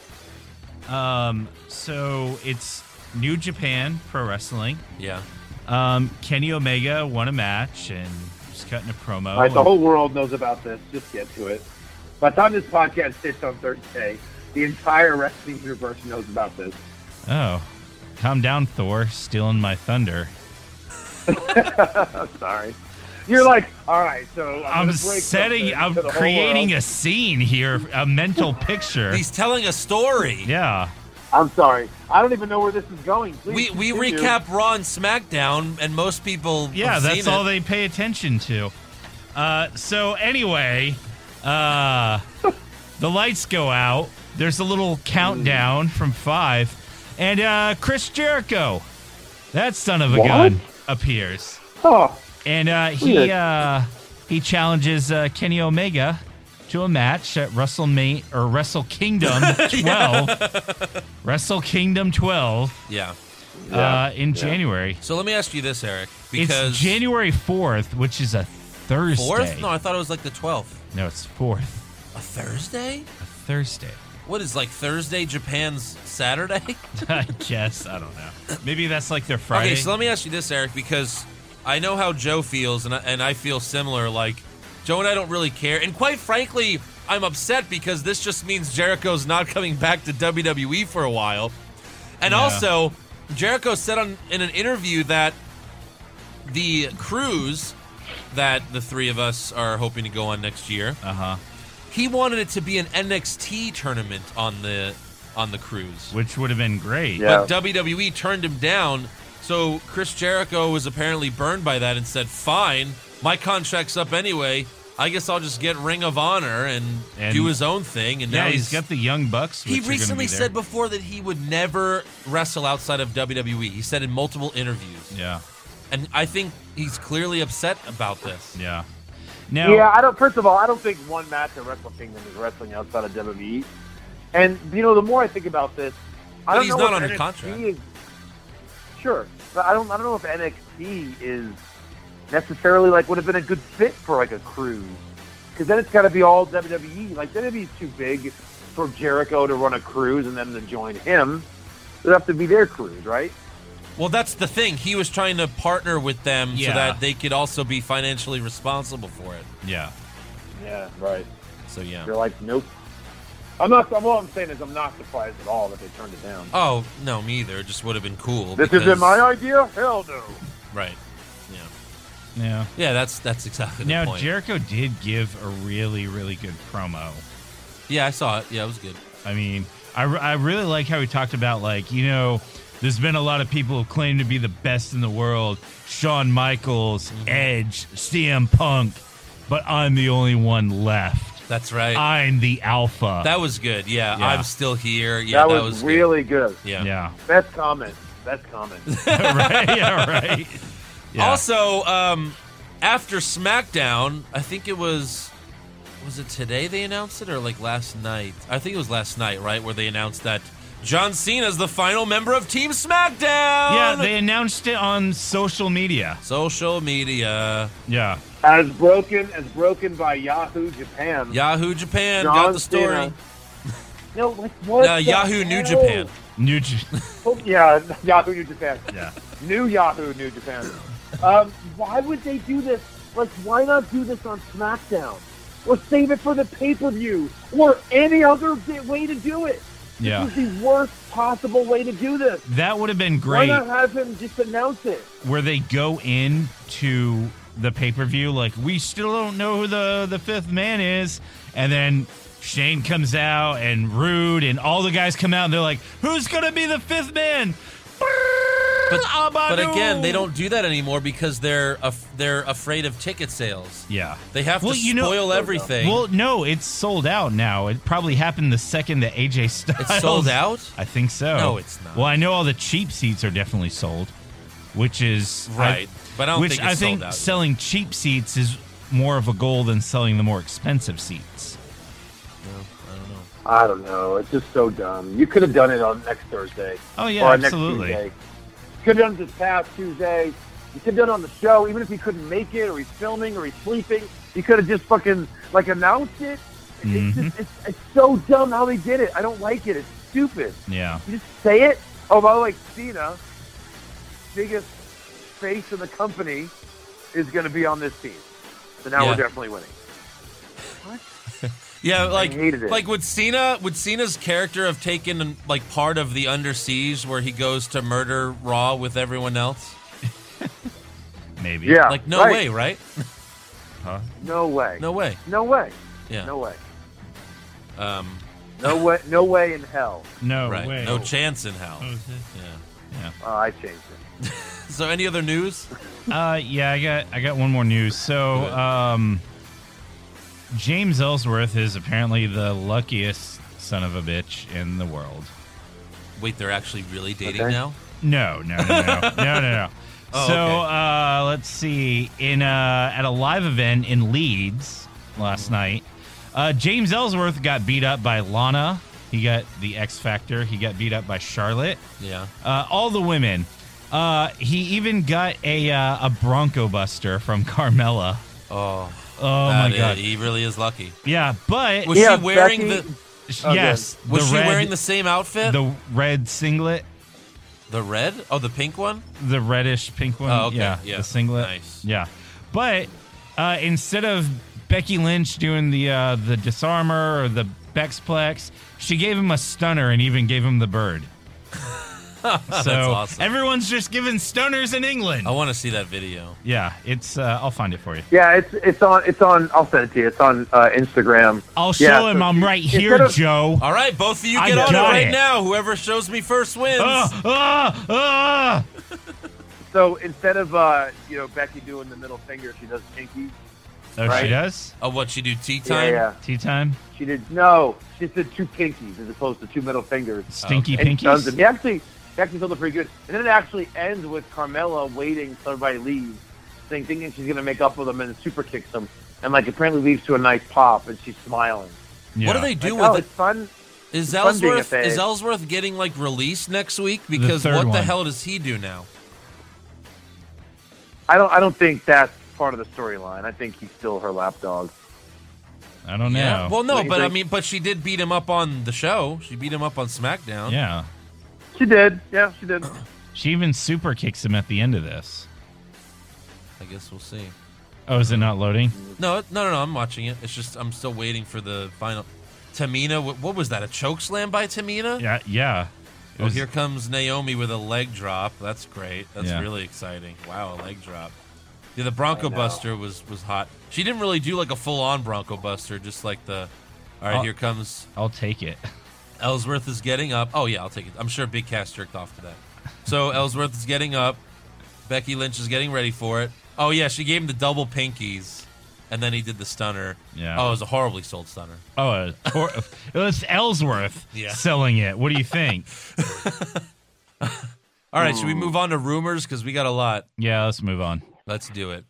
B: Um so it's New Japan Pro Wrestling.
A: Yeah.
B: Um Kenny Omega won a match and was cutting a promo.
G: All right, the whole world knows about this. Just get to it. By the time this podcast hits on Thursday, the entire wrestling universe knows about this.
B: oh. Calm down, Thor, stealing my thunder.
G: Sorry. You're like, all right, so I'm,
B: I'm
G: gonna break
B: setting
G: something
B: I'm
G: to the whole
B: creating
G: world.
B: a scene here, a mental picture.
A: He's telling a story.
B: yeah.
G: I'm sorry. I don't even know where this is going.
A: We
G: Please
A: we
G: continue.
A: recap Raw and SmackDown, and most people
B: Yeah,
A: have
B: that's
A: seen
B: all
A: it.
B: they pay attention to. Uh, so anyway, uh, the lights go out. There's a little countdown from five, and uh, Chris Jericho, that son of a
G: What?
B: gun, appears,
G: Oh,
B: and uh, he
G: Weird.
B: uh, he challenges uh, Kenny Omega to a match at WrestleMania or Wrestle Kingdom 12, Wrestle Kingdom 12
A: yeah.
B: uh, in January.
A: So let me ask you this, Eric, because
B: it's January 4th, which is a Thursday.
A: fourth? No, I thought it was like the twelfth.
B: No, it's 4th,
A: A Thursday?
B: a Thursday.
A: What is like Thursday Japan's Saturday?
B: I guess. I don't know. Maybe that's like their Friday.
A: okay, so let me ask you this, Eric, because I know how Joe feels, and I, and I feel similar. Like Joe and I don't really care, and quite frankly, I'm upset because this just means Jericho's not coming back to WWE for a while, and
B: Yeah.
A: also Jericho said on in an interview that the cruise that the three of us are hoping to go on next year.
B: uh huh.
A: he wanted it to be an NXT tournament on the on the cruise.
B: Which would have been great.
G: Yeah.
A: But WWE turned him down. So Chris Jericho was apparently burned by that and said, "Fine, my contract's up anyway. I guess I'll just get Ring of Honor and,
B: And-
A: do his own thing." And
B: Yeah,
A: now
B: he's got the Young Bucks.
A: he
B: which are gonna
A: recently
B: be there.
A: said before that he would never wrestle outside of WWE. He said in multiple interviews,
B: Yeah,
A: and I think he's clearly upset about this.
B: yeah. Now,
G: yeah. I don't. First of all, I don't think one match at Wrestle Kingdom is wrestling outside of WWE. And you know, the more I think about this, I
A: But
G: don't
A: he's
G: know
A: not
G: if
A: under
G: NXT
A: contract.
G: Is, sure, but I don't. I don't know if NXT is necessarily like would have been a good fit for like a cruise, because then it's got to be all WWE. Like WWE's too big for Jericho to run a cruise and them to join him. It'd have to be their cruise, right?
A: Well, that's the thing. He was trying to partner with them so
B: Yeah.
A: that they could also be financially responsible for it.
B: yeah,
G: Yeah, right.
A: So yeah.
G: You're like, nope. I'm not. I'm, all I'm saying is, I'm not surprised at all that they turned it down.
A: Oh no, me either. It just would have been cool.
G: This
A: because-
G: isn't my idea? Hell no.
A: right. Yeah.
B: yeah.
A: Yeah, that's that's exactly the
B: Now
A: point.
B: Jericho did give a really, really good promo.
A: yeah, I saw it. Yeah, it was good.
B: I mean, I, I really like how he talked about like you know, there's been a lot of people who claim to be the best in the world: Shawn Michaels, Edge, CM Punk, but I'm the only one left.
A: That's right.
B: I'm the alpha.
A: that was good. Yeah,
B: Uh, Yeah.
A: I'm still here. Yeah, that,
G: that was,
A: good.
G: really good.
A: Yeah.
B: yeah.
G: Best comment. Best comment.
B: right. Yeah. Right. Yeah.
A: Also, um, after SmackDown, I think it was was it today they announced it or like last night? I think it was last night, right? Where they announced that John Cena is the final member of Team SmackDown.
B: Yeah, they announced it on social media.
A: Social media.
B: Yeah.
G: As broken as broken by Yahoo Japan.
A: Yahoo Japan got
G: John
A: the story.
G: Cena. No, like what?
A: No,
G: the
A: Yahoo New
G: hell?
A: Japan.
B: New J-
G: Oh, yeah, Yahoo New Japan.
B: Yeah.
G: New Yahoo New Japan. Um, why would they do this? Like, why not do this on SmackDown? Or save it for the pay per view? Or any other di- way to do it?
B: Yeah.
G: This is the worst possible way to do this.
B: That would have been great.
G: Why not have him just announce it?
B: where they go in to the pay per view, like we still don't know who the the fifth man is, and then Shane comes out and Rude and all the guys come out and they're like, "Who's gonna be the fifth man?"
A: But,
B: Brrr,
A: but
B: Abadu.
A: again, they don't do that anymore because they're af- they're afraid of ticket sales.
B: Yeah.
A: They have
B: Well,
A: to
B: you know-
A: spoil everything.
B: Well, no, it's sold out now. It probably happened the second that AJ Styles.
A: sold out?
B: I think so.
A: No, it's not.
B: Well, I know all the cheap seats are definitely sold, which is I-
A: Right. But I don't
B: which
A: think it's
B: I think
A: sold out yet.
B: selling cheap seats is more of a goal than selling the more expensive seats.
G: I don't know. It's just so dumb. You could have done it on next Thursday.
B: Oh, yeah,
G: or on
B: absolutely.
G: Next Tuesday. You could have done it this past Tuesday. You could have done it on the show, even if he couldn't make it, or he's filming, or he's sleeping. You could have just fucking like announced it.
B: Mm-hmm.
G: It's, just, it's, it's so dumb how they did it. I don't like it. It's stupid.
B: Yeah.
G: You just say it. Oh, by the way, Cena, biggest face in the company, is going to be on this team. So now
A: Yeah.
G: we're definitely winning.
A: Yeah, like
G: hated it.
A: like would Cena would Cena's character have taken like part of the Under Siege where he goes to murder Raw with everyone else?
B: Maybe.
G: Yeah.
A: Like no
G: right.
A: way, right?
G: No way.
A: No way.
G: No way.
A: Yeah.
G: No way.
A: Um,
G: No way. No way in hell.
B: No
A: right.
B: way. Oh,
A: No chance in hell.
G: Oh, I changed it.
A: So any other news?
B: Uh, yeah, I got I got one more news. So,
A: Good.
B: um, James Ellsworth is apparently the luckiest son of a bitch in the world.
A: Wait, they're actually really dating
G: Okay.
A: now?
B: No, no, no, no, no, no. no.
A: Oh,
B: so
A: okay.
B: uh, let's see. In uh, at a live event in Leeds last night, uh, James Ellsworth got beat up by Lana. He got the X Factor. He got beat up by Charlotte.
A: Yeah.
B: Uh, all the women. Uh, he even got a uh, a Bronco Buster from Carmella.
A: Oh,
B: Oh
A: that
B: my
A: is-
B: god!
A: he really is lucky.
B: Yeah, but
A: Was
G: Yeah,
A: she wearing
G: Becky-
A: the
B: yes,
A: Was
B: the
A: she
B: red,
A: wearing the same outfit? The,
B: the red singlet,
A: red? Oh, the pink one?
B: the reddish pink one?
A: Oh, okay,
B: Yeah,
A: yeah,
B: the singlet.
A: nice.
B: Yeah, but uh, instead of Becky Lynch doing the uh, the disarmer or the Bexplex, she gave him a stunner and even gave him the bird. so
A: awesome.
B: everyone's just giving stunners in England.
A: I want to see that video.
B: Yeah, it's. Uh, I'll find it for you.
G: Yeah, it's it's on it's on. I'll send it to you. It's on uh, Instagram.
B: I'll show
G: Yeah,
B: him.
G: so
B: I'm
G: she-
B: right
G: instead
B: here,
G: of-
B: Joe.
A: All right, both of you
B: I
A: get on it
B: got
A: right
B: it.
A: now. Whoever shows me first wins.
B: Ah, ah, ah.
G: So instead of uh, you know Becky doing the middle finger, she does pinky.
B: Oh,
G: Right.
B: she does.
A: Oh, what she do? Tea time?
G: Yeah, yeah.
B: Tea time.
G: She did no. She did two pinkies as opposed to two middle fingers.
B: Stinky
G: And
B: pinkies.
G: stuns him. He actually he actually sold it pretty good. And then it actually ends with Carmella waiting till everybody leaves, saying thinking she's gonna make up with him and then super kicks him. And like apparently leaves to a nice pop and she's smiling.
B: Yeah.
A: What do they do
G: Like, oh,
A: with
G: it's fun.
A: it? Is
G: fun being a
A: Ellsworth is
G: fag.
A: Ellsworth getting like released next week? Because
B: third
A: what the
B: one.
A: hell does he do now?
G: I don't I don't think that's part of the storyline. I think he's still her lapdog.
B: I don't know.
A: Yeah. Well, no,
G: What do you
A: but I
G: think?
A: mean, but she did beat him up on the show. She beat him up on SmackDown.
B: yeah.
G: She did. Yeah, she did.
B: She even super kicks him at the end of this.
A: I guess we'll see.
B: Oh, is it not loading?
A: No, it- no, no, no. I'm watching it. It's just I'm still waiting for the final. Tamina, what, what was that? A choke slam by Tamina?
B: Yeah, yeah. It
A: Oh,
B: was-
A: here comes Naomi with a leg drop. That's great. That's
B: Yeah.
A: really exciting. Wow, a leg drop. Yeah, the Bronco Buster was was hot. She didn't really do like a full on Bronco Buster, just like the. All right,
B: Oh.
A: here comes
B: I'll take it.
A: Ellsworth is getting up. Oh yeah, I'll take it. I'm sure Big Cass jerked off to that. So Ellsworth is getting up. Becky Lynch is getting ready for it. Oh yeah, she gave him the double pinkies, and then he did the stunner.
B: Yeah.
A: Oh, it was a horribly sold stunner.
B: Oh, uh, or, it was Ellsworth
A: Yeah.
B: selling it. What do you think?
A: All right, should we move on to rumors because we got a lot.
B: yeah, let's move on.
A: Let's do it.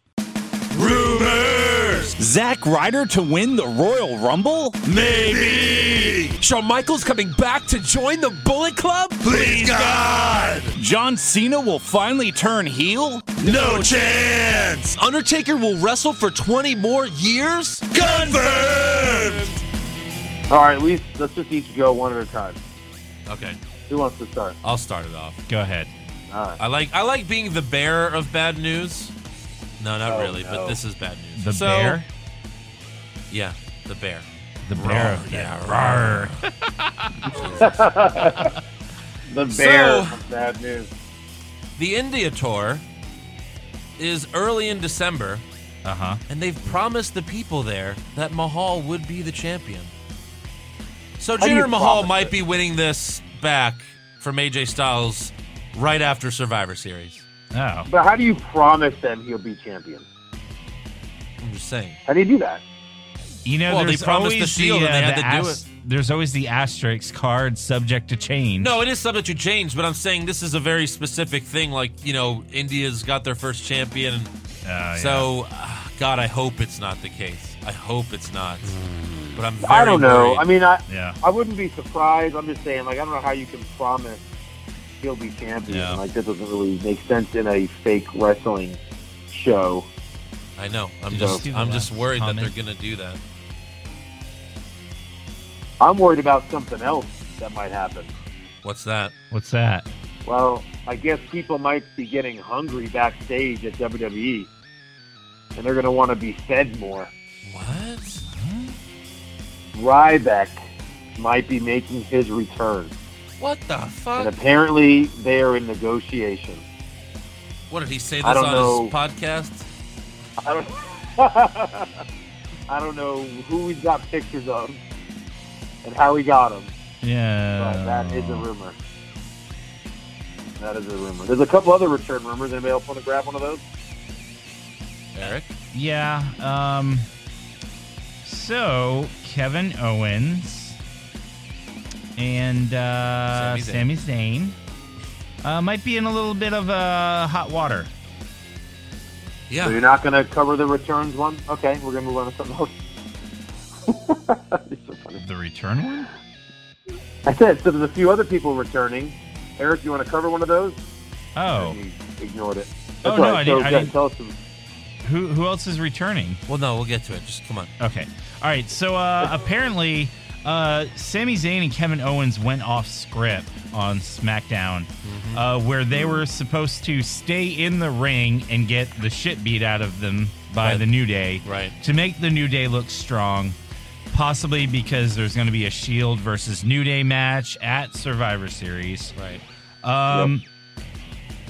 B: Rumors.
J: Zack Ryder to win the Royal Rumble? Maybe! Shawn Michaels coming back to join the Bullet Club? Please, God! John Cena will finally turn heel? No chance! Undertaker will wrestle for 20 more years? Confirmed!
G: All right, at least let's just each go one at a time.
A: Okay,
G: Who wants to start?
A: I'll start it off.
B: Go ahead.
G: All right.
A: I like I like being the bearer of bad news. No, not really, but
G: Oh, no.
A: this is bad news.
B: The
A: So-
B: bear?
A: Yeah, the bear.
B: The bear. of
A: yeah, rawr.
B: that- Rawr.
G: The bear.
A: So-
G: bad news.
A: The India tour is early in December,
B: Uh-huh.
A: and they've promised the people there that Mahal would be the champion. So
G: do you
A: Jinder Mahal
G: promise
A: might
G: it?
A: be winning this back from AJ Styles right after Survivor Series.
B: Oh.
G: But how do you promise them he'll be champion?
A: I'm just saying.
G: How do you do that?
B: You know,
A: Well, they
B: there's
A: promised the
B: always
A: Shield
B: the,
A: and they
B: uh,
A: had
B: the
A: to do
B: as- There's always the asterisk card subject to change.
A: No, it is something to change, but I'm saying this is a very specific thing. Like, you know, India's got their first champion. And
B: Uh,
A: so, ah, God, I hope it's not the case. I hope it's not. But I'm very
G: Hmm. I don't know.
A: worried.
G: I mean, I
B: yeah.
G: I wouldn't be surprised. I'm just saying, like, I don't know how you can promise he'll be champion.
A: Yeah.
G: Like, that doesn't really make sense in a fake wrestling show.
A: I know. I'm
B: Did you
A: just
B: see the
A: I'm just
B: last
A: worried that
B: comment?
A: they're gonna do that.
G: I'm worried about something else that might happen.
A: What's that?
B: What's that?
G: Well, I guess people might be getting hungry backstage at WWE, and they're going to want to be fed more.
A: What?
G: Ryback might be making his return,
A: What the fuck?
G: and apparently they are in negotiation.
A: what did he say this
G: I
A: on
G: don't know.
A: his podcast?
G: I don't, I don't know who he's got pictures of and how he got them, but
B: Yeah.
G: that is a rumor. That is a rumor. There's a couple other return rumors. Anybody else want to grab one of those?
A: Eric?
B: Yeah. Um. So Kevin Owens and uh,
A: Sami
B: Sami Zayn uh, might be in a little bit of uh, hot water.
G: So
A: Yeah.
G: you're not going to cover the returns one? Okay, we're going to move on to something else. It's so funny.
B: The return one?
G: I said, so there's a few other people returning. Eric, you want to cover one of those?
B: Oh,
G: You ignored it.
B: Oh,
G: That's
B: no,
G: all
B: I
G: right.
B: didn't-
G: So,
B: I
G: yeah,
B: didn't-
G: Tell us some.
B: who who else is returning?
A: Well no, we'll get to it. Just come on.
B: Okay. All right. So uh, apparently, uh, Sami Zayn and Kevin Owens went off script on SmackDown,
A: Mm-hmm.
B: uh, where they were supposed to stay in the ring and get the shit beat out of them by
A: Right.
B: the New Day,
A: Right.
B: To make the New Day look strong, possibly because there's going to be a Shield E versus New Day match at Survivor Series.
A: Right.
B: Um.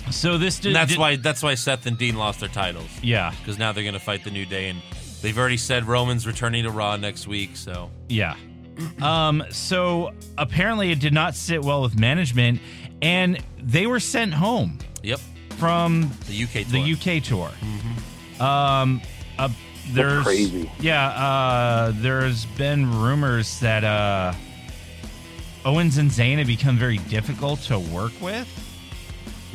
B: So this did,
A: And that's
B: did-
A: why that's why Seth and Dean lost their titles.
B: Yeah.
A: Because now they're gonna fight the new day and they've already said Roman's returning to Raw next week, so
B: Yeah. Um, so apparently it did not sit well with management and they were sent home
A: Yep.
B: from
A: The UK tour.
B: the UK tour. Um, uh, there's
G: crazy.
B: yeah, uh, there's been rumors that uh, Owens and Zayn have become very difficult to work with,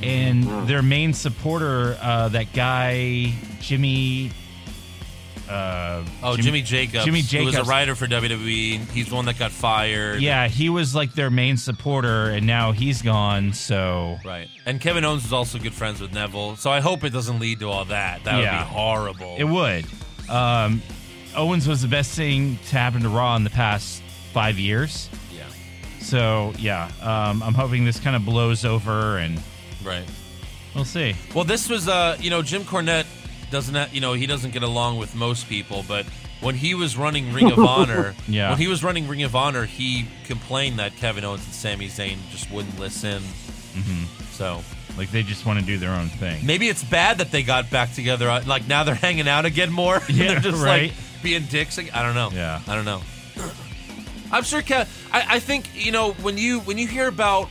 B: and their main supporter, uh, that guy Jimmy. Uh,
A: Oh, Jimmy, Jacobs.
B: Jimmy
A: Who was
B: Jacobs.
A: a writer for WWE. He's the one that got fired.
B: Yeah, he was like their main supporter, and now he's gone. So
A: Right. And Kevin Owens is also good friends with Neville. So I hope it doesn't lead to all that. That
B: Yeah.
A: would be horrible.
B: it would. Um, Owens was the best thing to happen to Raw in the past five years.
A: Yeah.
B: So yeah, um, I'm hoping this kind of blows over, and
A: Right.
B: we'll see.
A: Well, this was, uh, you know, Jim Cornette doesn't, ha- you know, he doesn't get along with most people, but when he was running Ring of Honor,
B: Yeah.
A: when he was running Ring of Honor, he complained that Kevin Owens and Sami Zayn just wouldn't listen. Mm-hmm. So
B: Like they just want to do their own thing.
A: maybe it's bad that they got back together. uh, Like now they're hanging out again more.
B: Yeah,
A: they're just
B: right.
A: like being dicks. ag- I don't know.
B: Yeah.
A: I don't know. I'm sure. Kev, I, I think you know when you when you hear about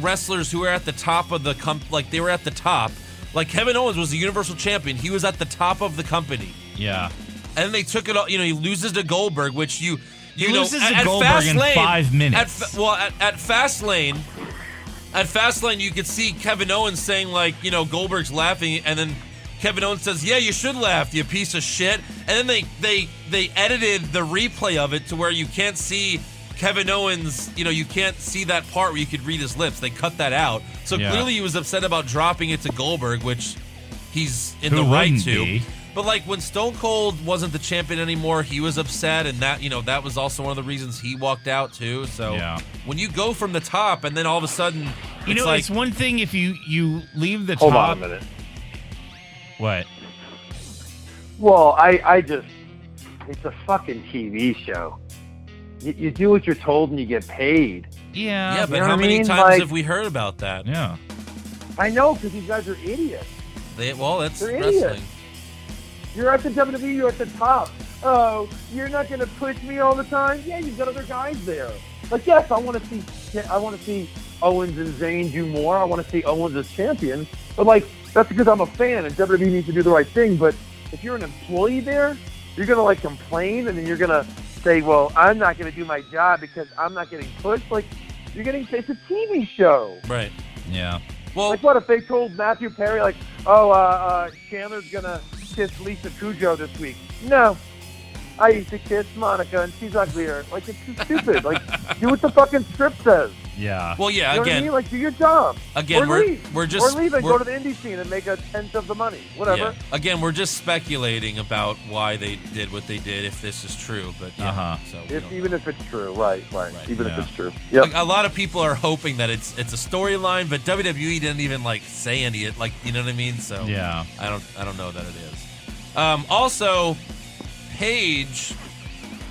A: wrestlers who are at the top of the comp, like they were at the top. Like Kevin Owens was the Universal Champion. He was at the top of the company,
B: Yeah,
A: and they took it all. You know, he loses to Goldberg, which you you know
B: loses
A: at,
B: to
A: at
B: Goldberg
A: Fastlane-
B: in five minutes.
A: at Fa- well, at, at Fastlane, at Fastlane, you could see Kevin Owens saying like, you know, Goldberg's laughing, and then Kevin Owens says, "Yeah, you should laugh, you piece of shit." And then they they they edited the replay of it to where you can't see Kevin Owens. You know, you can't see that part where you could read his lips. They cut that out. So
B: Yeah.
A: clearly, he was upset about dropping it to Goldberg, which he's in the
B: Who
A: right
B: wouldn't
A: to.
B: be?
A: But like when Stone Cold wasn't the champion anymore, he was upset, and that you know that was also one of the reasons he walked out too. So
B: Yeah.
A: when you go from the top and then all of a sudden,
B: You
A: it's
B: know,
A: like
B: it's one thing if you you leave the
G: Hold
B: top.
G: on a minute.
B: What?
G: Well, I, I just, it's a fucking TV show. You, you do what you're told and you get paid.
B: Yeah.
A: yeah,
G: you
A: but
G: know
A: how
G: what I
A: many
G: mean?
A: times
G: Like-
A: have we heard about that?
B: Yeah.
G: I know because you guys are idiots.
A: They, well, that's
G: They're
A: wrestling.
G: idiots. You're at the WWE, you're at the top. Oh, you're not going to push me all the time? Yeah, you've got other guys there. Like, yes, I want to see, I want to see Owens and Zayn do more. I want to see Owens as champion. But like, that's because I'm a fan, and WWE needs to do the right thing. But if you're an employee there, you're going to like complain, and then you're going to say, "Well, I'm not going to do my job because I'm not getting pushed." Like, you're getting it's a TV show.
A: Right.
B: Yeah.
A: Well,
G: Like what if they told Matthew Perry like, oh, uh, uh, Chandler's gonna kiss Lisa Cujo this week? No, I used to kiss Monica and she's uglier. Like it's just stupid. like do what the fucking script says.
B: Yeah.
A: well, yeah.
G: You know what I mean?
A: Again,
G: Like do your job.
A: Again,
G: or
A: we're-
G: leave.
A: we're just-
G: or leave and
A: we're-
G: go to the indie scene and make a tenth of the money.
A: yeah.
G: Whatever.
A: Again, we're just speculating about why they did what they did, if this is true. But yeah,
B: Uh-huh.
A: so we
G: If,
A: don't-
G: even if it's true, right, right.
A: Right,
G: even
B: yeah.
G: if it's true. Yep.
A: Like, a lot of people are hoping that it's it's a storyline, but WWE didn't even like say any it. Like you know what I mean? So
B: Yeah.
A: I don't I don't know that it is. Um, also, Paige,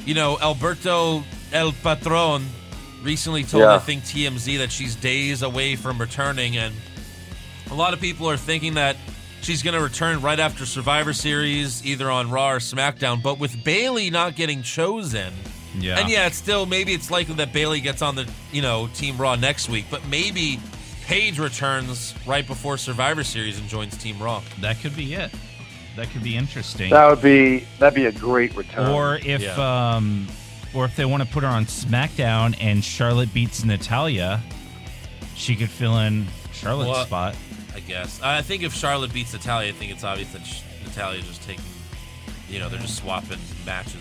A: you know Alberto El Patron recently told
G: Yeah.
A: I think TMZ that she's days away from returning, and a lot of people are thinking that she's going to return right after Survivor Series, either on Raw or SmackDown. But with Bailey not getting chosen,
B: Yeah.
A: and yeah, it's still maybe it's likely that Bailey gets on the you know Team Raw next week, but maybe Paige returns right before Survivor Series and joins Team Raw.
B: That could be it. That could be interesting.
G: That would be that'd be a great return.
B: or if
A: Yeah.
B: um, or if they want to put her on SmackDown and Charlotte beats Natalia, she could fill in Charlotte's
A: Well,
B: spot.
A: I guess I think if Charlotte beats Natalia, I think it's obvious that sh- Natalia's just taking, you know, they're just swapping matches.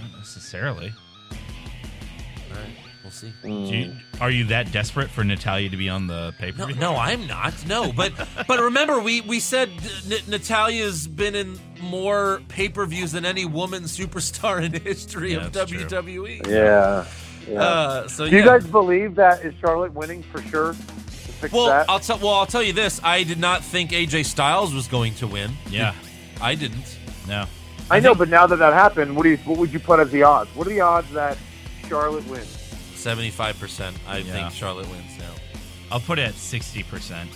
B: Not necessarily.
A: All right, we'll see.
B: Do you,
G: Mm.
B: are you that desperate for Natalia to be on the pay per
A: No,
B: view?
A: no, I'm not. No, but but remember, we we said N- Natalia's been in more pay per views than any woman superstar in the history
B: Yeah,
A: of
B: that's true.
A: WWE.
G: yeah. yeah.
A: Uh, so
G: do you
A: yeah.
G: guys believe that is Charlotte winning for sure? To fix
A: Well,
G: that?
A: I'll tell. Well, I'll tell you this. I did not think AJ Styles was going to win.
B: Yeah.
A: I didn't.
B: No.
G: I know, but now that that happened, what do you, what would you put as the odds? What are the odds that Charlotte wins?
A: Seventy-five percent. I
B: Yeah.
A: think Charlotte wins now.
B: I'll put it at sixty percent.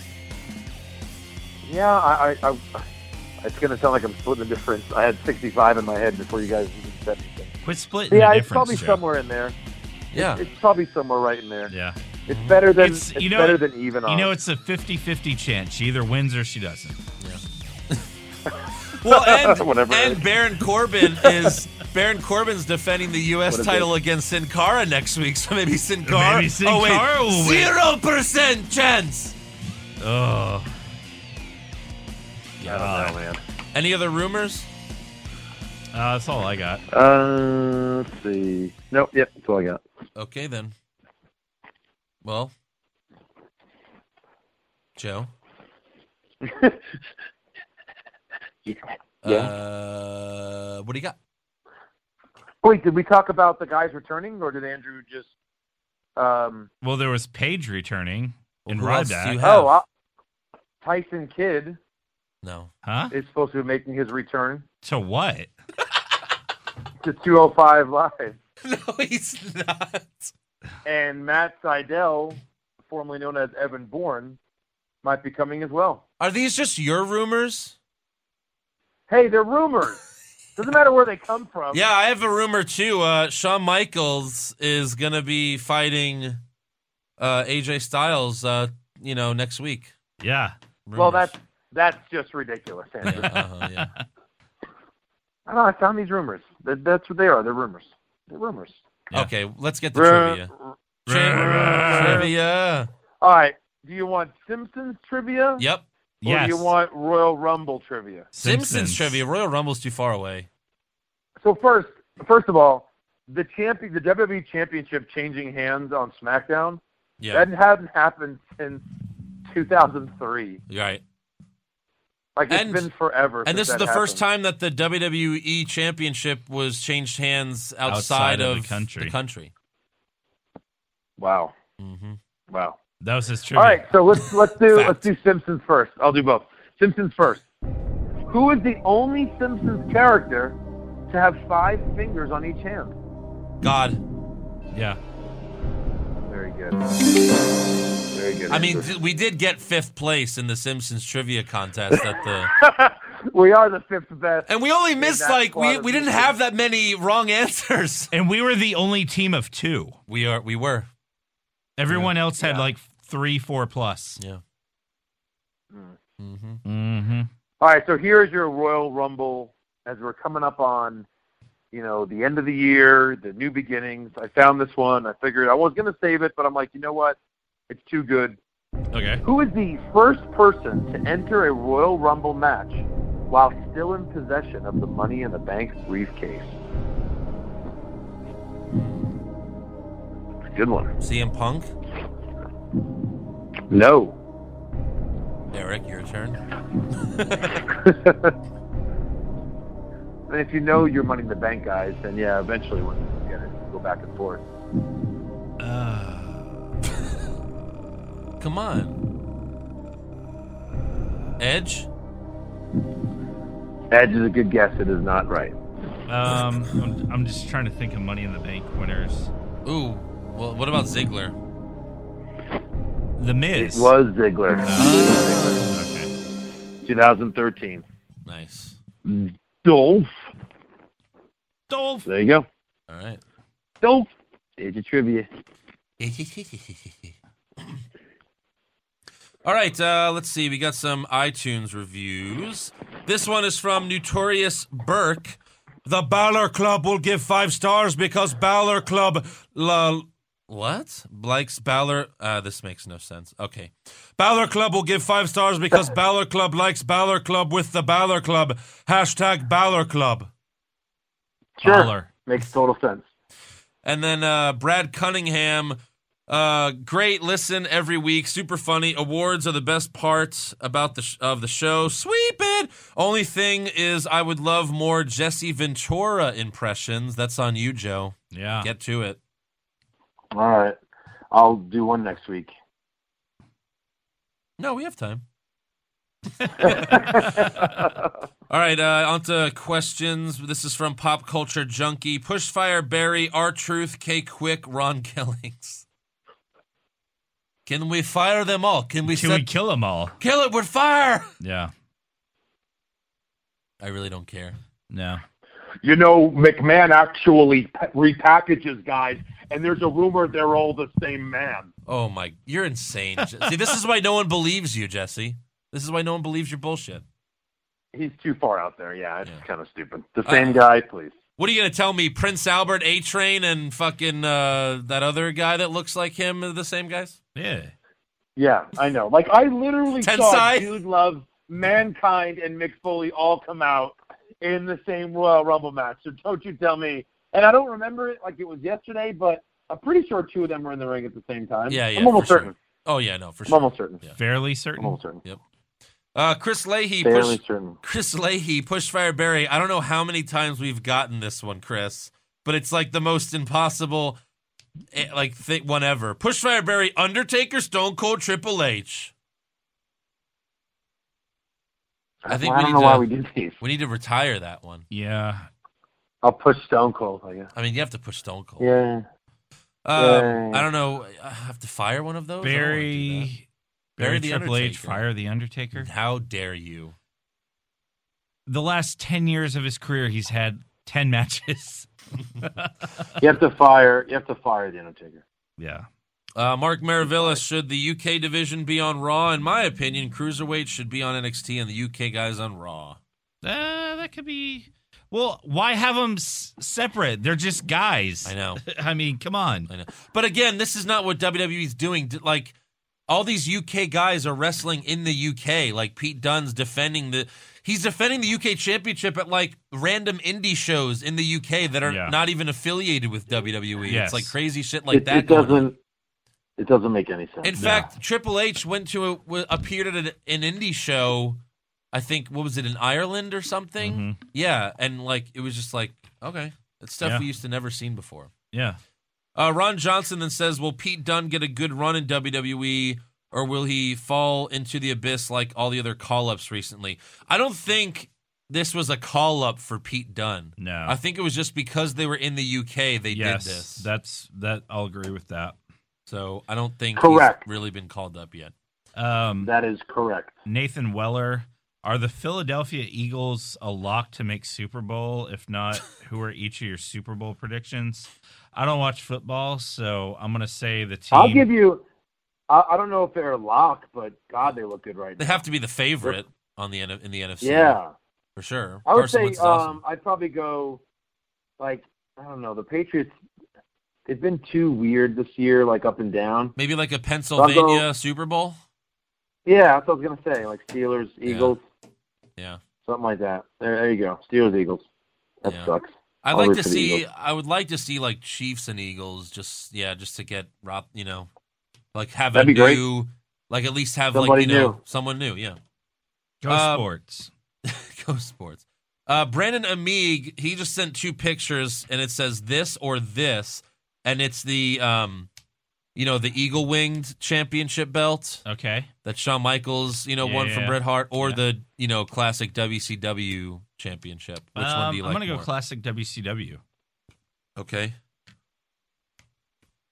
G: Yeah, I, I, I it's gonna sound like I'm splitting the difference. I had 65 in my head before you guys even said anything.
B: Quit splitting.
G: Yeah,
B: the
G: it's
B: difference,
G: probably
B: Joe.
G: somewhere in there.
A: Yeah.
G: It's probably somewhere right in there.
B: Yeah.
G: It's better than
B: It's-
G: it's,
B: you know-
G: better than even
B: You
G: odds.
B: know, it's a 50 50 chance. She either wins or she doesn't.
A: Well, and,
G: Whatever it
A: and
G: is.
A: Baron Corbin is Baron Corbin's defending the U.S.
G: What a
A: title against Sin Cara next week. So maybe Sin Cara.
B: Maybe Sin
A: oh wait,
B: Cara will win.
A: zero percent chance.
B: Oh.
G: I don't know, man.
A: Any other rumors?
B: Uh, that's all I got.
G: Uh, let's see. Nope. Yep. That's all I got.
A: Okay then. Well, Joe.
G: Yeah.
A: Uh, what do you got?
G: Wait, did we talk about the guys returning, or did Andrew just? Um,
B: Well, there was Paige returning and
A: Who else do
B: Ryback.
A: you have?
G: oh, I, Tyson Kidd
A: no.
B: Huh?
G: is supposed to be making his return.
B: To what?
G: to 205 Live.
A: No, he's not.
G: And Matt Seidel, formerly known as Evan Bourne, might be coming as well.
A: Are these just your rumors?
G: Hey, they're rumors. Doesn't matter where they come from.
A: Yeah, I have a rumor too. Uh, Shawn Michaels is gonna be fighting uh, AJ Styles. Uh, you know, next week.
B: Yeah.
G: Well,
A: Rumors.
G: that's that's just ridiculous, Andrew.
A: Yeah, uh-huh, yeah.
G: I don't know. I found these rumors. That, that's what they are. They're rumors. They're rumors.
B: Yeah.
A: Okay, let's get the
G: Ru-
A: trivia.
G: r-
A: Tri- trivia.
G: All right. Do you want Simpsons trivia?
A: Yep.
G: Or
B: yes.
G: do you want Royal Rumble trivia?
A: Simpsons, trivia. Royal Rumble's too far away.
G: So first, first of all, the champion, the WWE Championship changing hands on SmackDown.
A: Yeah.
G: That hadn't happened since 2003.
A: You're right.
G: Like it's
A: And-
G: been forever.
A: And
G: since
A: this is
G: that
A: the first
G: happened.
A: time that the WWE Championship was changed hands outside,
B: Outside of the country.
G: Wow.
A: Mm-hmm.
G: Wow.
B: That was his trivia.
G: All right, so let's let's do
B: Fact.
G: let's do Simpsons first. I'll do both. Simpsons first. Who is the only Simpsons character to have five fingers on each hand?
A: God,
B: Yeah.
G: Very good. Very good.
A: I mean,
G: answer.
A: d- we did get fifth place in the Simpsons trivia contest at the,
G: we are the fifth best.
A: and we only missed
G: that's
A: like
G: part
A: we
G: of
A: we
G: the
A: didn't
G: thing.
A: have that many wrong answers.
B: And we were the only team of two.
A: We are we were
B: Everyone else had
G: Yeah.
B: like three, four plus.
A: yeah. Mm-hmm.
B: Mm-hmm.
G: All right, so here's your Royal Rumble as we're coming up on, you know, the end of the year, the new beginnings. I found this one. I figured I was going to save it, but I'm like, you know what? It's too good.
B: Okay.
G: Who is the first person to enter a Royal Rumble match while still in possession of the Money in the Bank briefcase? Good one.
A: CM Punk,
G: No.
A: Eric, your turn.
G: and if you know your Money in the Bank guys, then yeah, eventually we'll get it. Go back and forth.
A: Come on, Edge.
G: Edge is a good guess. It is not right.
B: Um, I'm, I'm just trying to think of Money in the Bank winners.
A: Ooh, well, what about Ziggler?
B: The Miz.
G: It was Ziggler.
B: Okay.
G: 2013.
A: Nice.
G: Dolph.
B: Dolph.
G: There you go.
A: All right.
G: Dolph. It's a trivia.
A: All right, uh, let's see. We got some iTunes reviews. This one is from Notorious Burke. The Balor Club will give five stars because Balor Club. La, what? Likes Balor. Uh, this makes no sense. Okay. Balor Club will give five stars because Balor Club likes Balor Club with the Balor Club. Hashtag Balor Club.
G: Sure.
B: Baller.
G: Makes total sense.
A: And then uh, Brad Cunningham, uh, great listen every week, super funny. Awards are the best part about the sh- of the show. Sweep it. Only thing is, I would love more Jesse Ventura impressions. That's on you, Joe.
B: Yeah.
A: Get to it.
G: All right. I'll do one next week.
A: No, we have time. All right, uh, on to questions. This is from Pop Culture Junkie. Pushfire Barry, R Truth, K Quick, Ron Killings. Can we fire them all? Can we
B: Can
A: set
B: we kill them all?
A: Kill it with fire.
B: Yeah.
A: I really don't care.
B: No.
G: You know, McMahon actually pa- repackages guys, and there's a rumor they're all the same man.
A: Oh my, you're insane. Je- See, this is why no one believes you, Jesse. This is why no one believes your bullshit.
G: He's too far out there. Yeah, it's kind of stupid. The
A: Uh,
G: same guy, please.
A: What are you gonna tell me? Prince Albert, A Train, and fucking uh, that other guy that looks like him are the same guys?
B: Yeah.
G: Yeah, I know. Like I literally saw
A: Tensai?
G: Dude Love, Mankind, and Mick Foley all come out in the same Royal Rumble match. So don't you tell me. And I don't remember it like it was yesterday, but I'm pretty sure two of them were in the ring at the same time.
A: Yeah, yeah.
G: I'm almost
A: for sure.
G: certain.
A: Oh yeah, no, for
G: I'm
A: sure.
G: almost certain.
B: Fairly
G: I'm
B: certain.
G: almost certain.
A: Uh, Chris Leahy
G: Fairly
A: pushed.
G: certain.
A: Chris Leahy pushed Fire Barry. I don't know how many times we've gotten this one, Chris, but it's like the most impossible, eh, like th- one ever. Push Fire Barry, Undertaker, Stone Cold, Triple H. I think
G: Well, I
A: we
G: don't
A: need
G: know why
A: to-
G: we did these.
A: We need to retire that one.
B: Yeah.
G: I'll push Stone Cold. I guess.
A: I mean, you have to push Stone Cold.
G: Yeah.
A: Um,
G: Yeah.
A: I don't know. I have to fire one of those. I don't wanna do that.
B: Barry.
A: Bury
B: Barry
A: the
B: Triple H,
A: Undertaker.
B: fire the Undertaker.
A: How dare you?
B: The last ten years of his career, he's had ten matches.
G: You have to fire. You have to fire the Undertaker.
B: Yeah.
A: Uh, Mark Maravillas, should the UK division be on Raw? In my opinion, Cruiserweight should be on NXT and the UK guys on Raw.
B: Uh, that could be. Well, why have them s- separate? They're just guys.
A: I know.
B: I mean, come on.
A: I know. But again, this is not what WWE's doing. D- Like all these UK guys are wrestling in the UK. Like Pete Dunne's defending the he's defending the UK championship at like random indie shows in the UK that are
B: Yeah.
A: not even affiliated with WWE.
B: Yes.
A: It's like crazy shit like
G: it,
A: that.
G: it
A: going on.
G: doesn't. It doesn't make any sense.
A: In fact, Triple H went to a, w- appeared at an, an indie show. I think what was it in Ireland or something?
B: Mm-hmm.
A: Yeah, and like it was just like okay, it's stuff
B: Yeah.
A: we used to never seen before.
B: Yeah.
A: Uh, Ron Johnson then says, "Will Pete Dunne get a good run in WWE, or will he fall into the abyss like all the other call-ups recently?" I don't think this was a call-up for Pete Dunne.
B: No.
A: I think it was just because they were in the UK they
B: yes.
A: did this.
B: That's that. I'll agree with that.
A: so I don't think
G: Correct.
A: he's really been called up yet.
B: Um,
G: that is correct.
B: Nathan Weller. Are the Philadelphia Eagles a lock to make Super Bowl? If not, who are each of your Super Bowl predictions? I don't watch football, so I'm gonna say the team.
G: I'll give you. I, I don't know if they're a lock, but God, they look good right
A: They
G: now.
A: have to be the favorite on the N- in the NFC.
G: Yeah,
A: for sure.
G: I would
A: Carson
G: say
A: Wentz
G: um,
A: is awesome.
G: I'd probably go like I don't know. The Patriots. They've been too weird this year, like up and down.
A: maybe like a Pennsylvania Super Bowl.
G: Yeah, that's what I was gonna say. Like Steelers,
A: Yeah.
G: Eagles,
A: Yeah,
G: something like that. There, there you go. Steelers, Eagles. That
A: Yeah.
G: sucks.
A: I'd
G: I'll
A: like
G: root
A: to
G: for the
A: see.
G: Eagles.
A: I would like to see like Chiefs and Eagles. Just yeah, just to get Rob. You know, like have
G: That'd
A: a
G: be great.
A: new. Like at least have
G: Somebody
A: like you know
G: new.
A: someone new. Yeah,
B: Go
A: Uh,
B: sports.
A: go sports. Uh, Brandon Amig, he just sent two pictures, and it says this or this, and it's the um, you know, the eagle winged championship belt.
B: Okay.
A: that Shawn Michaels, you know, won from
B: Yeah.
A: Bret Hart, or
B: Yeah.
A: the you know classic WCW championship. Which one do you
B: Um,
A: like
B: I'm gonna
A: more?
B: go classic WCW.
A: okay,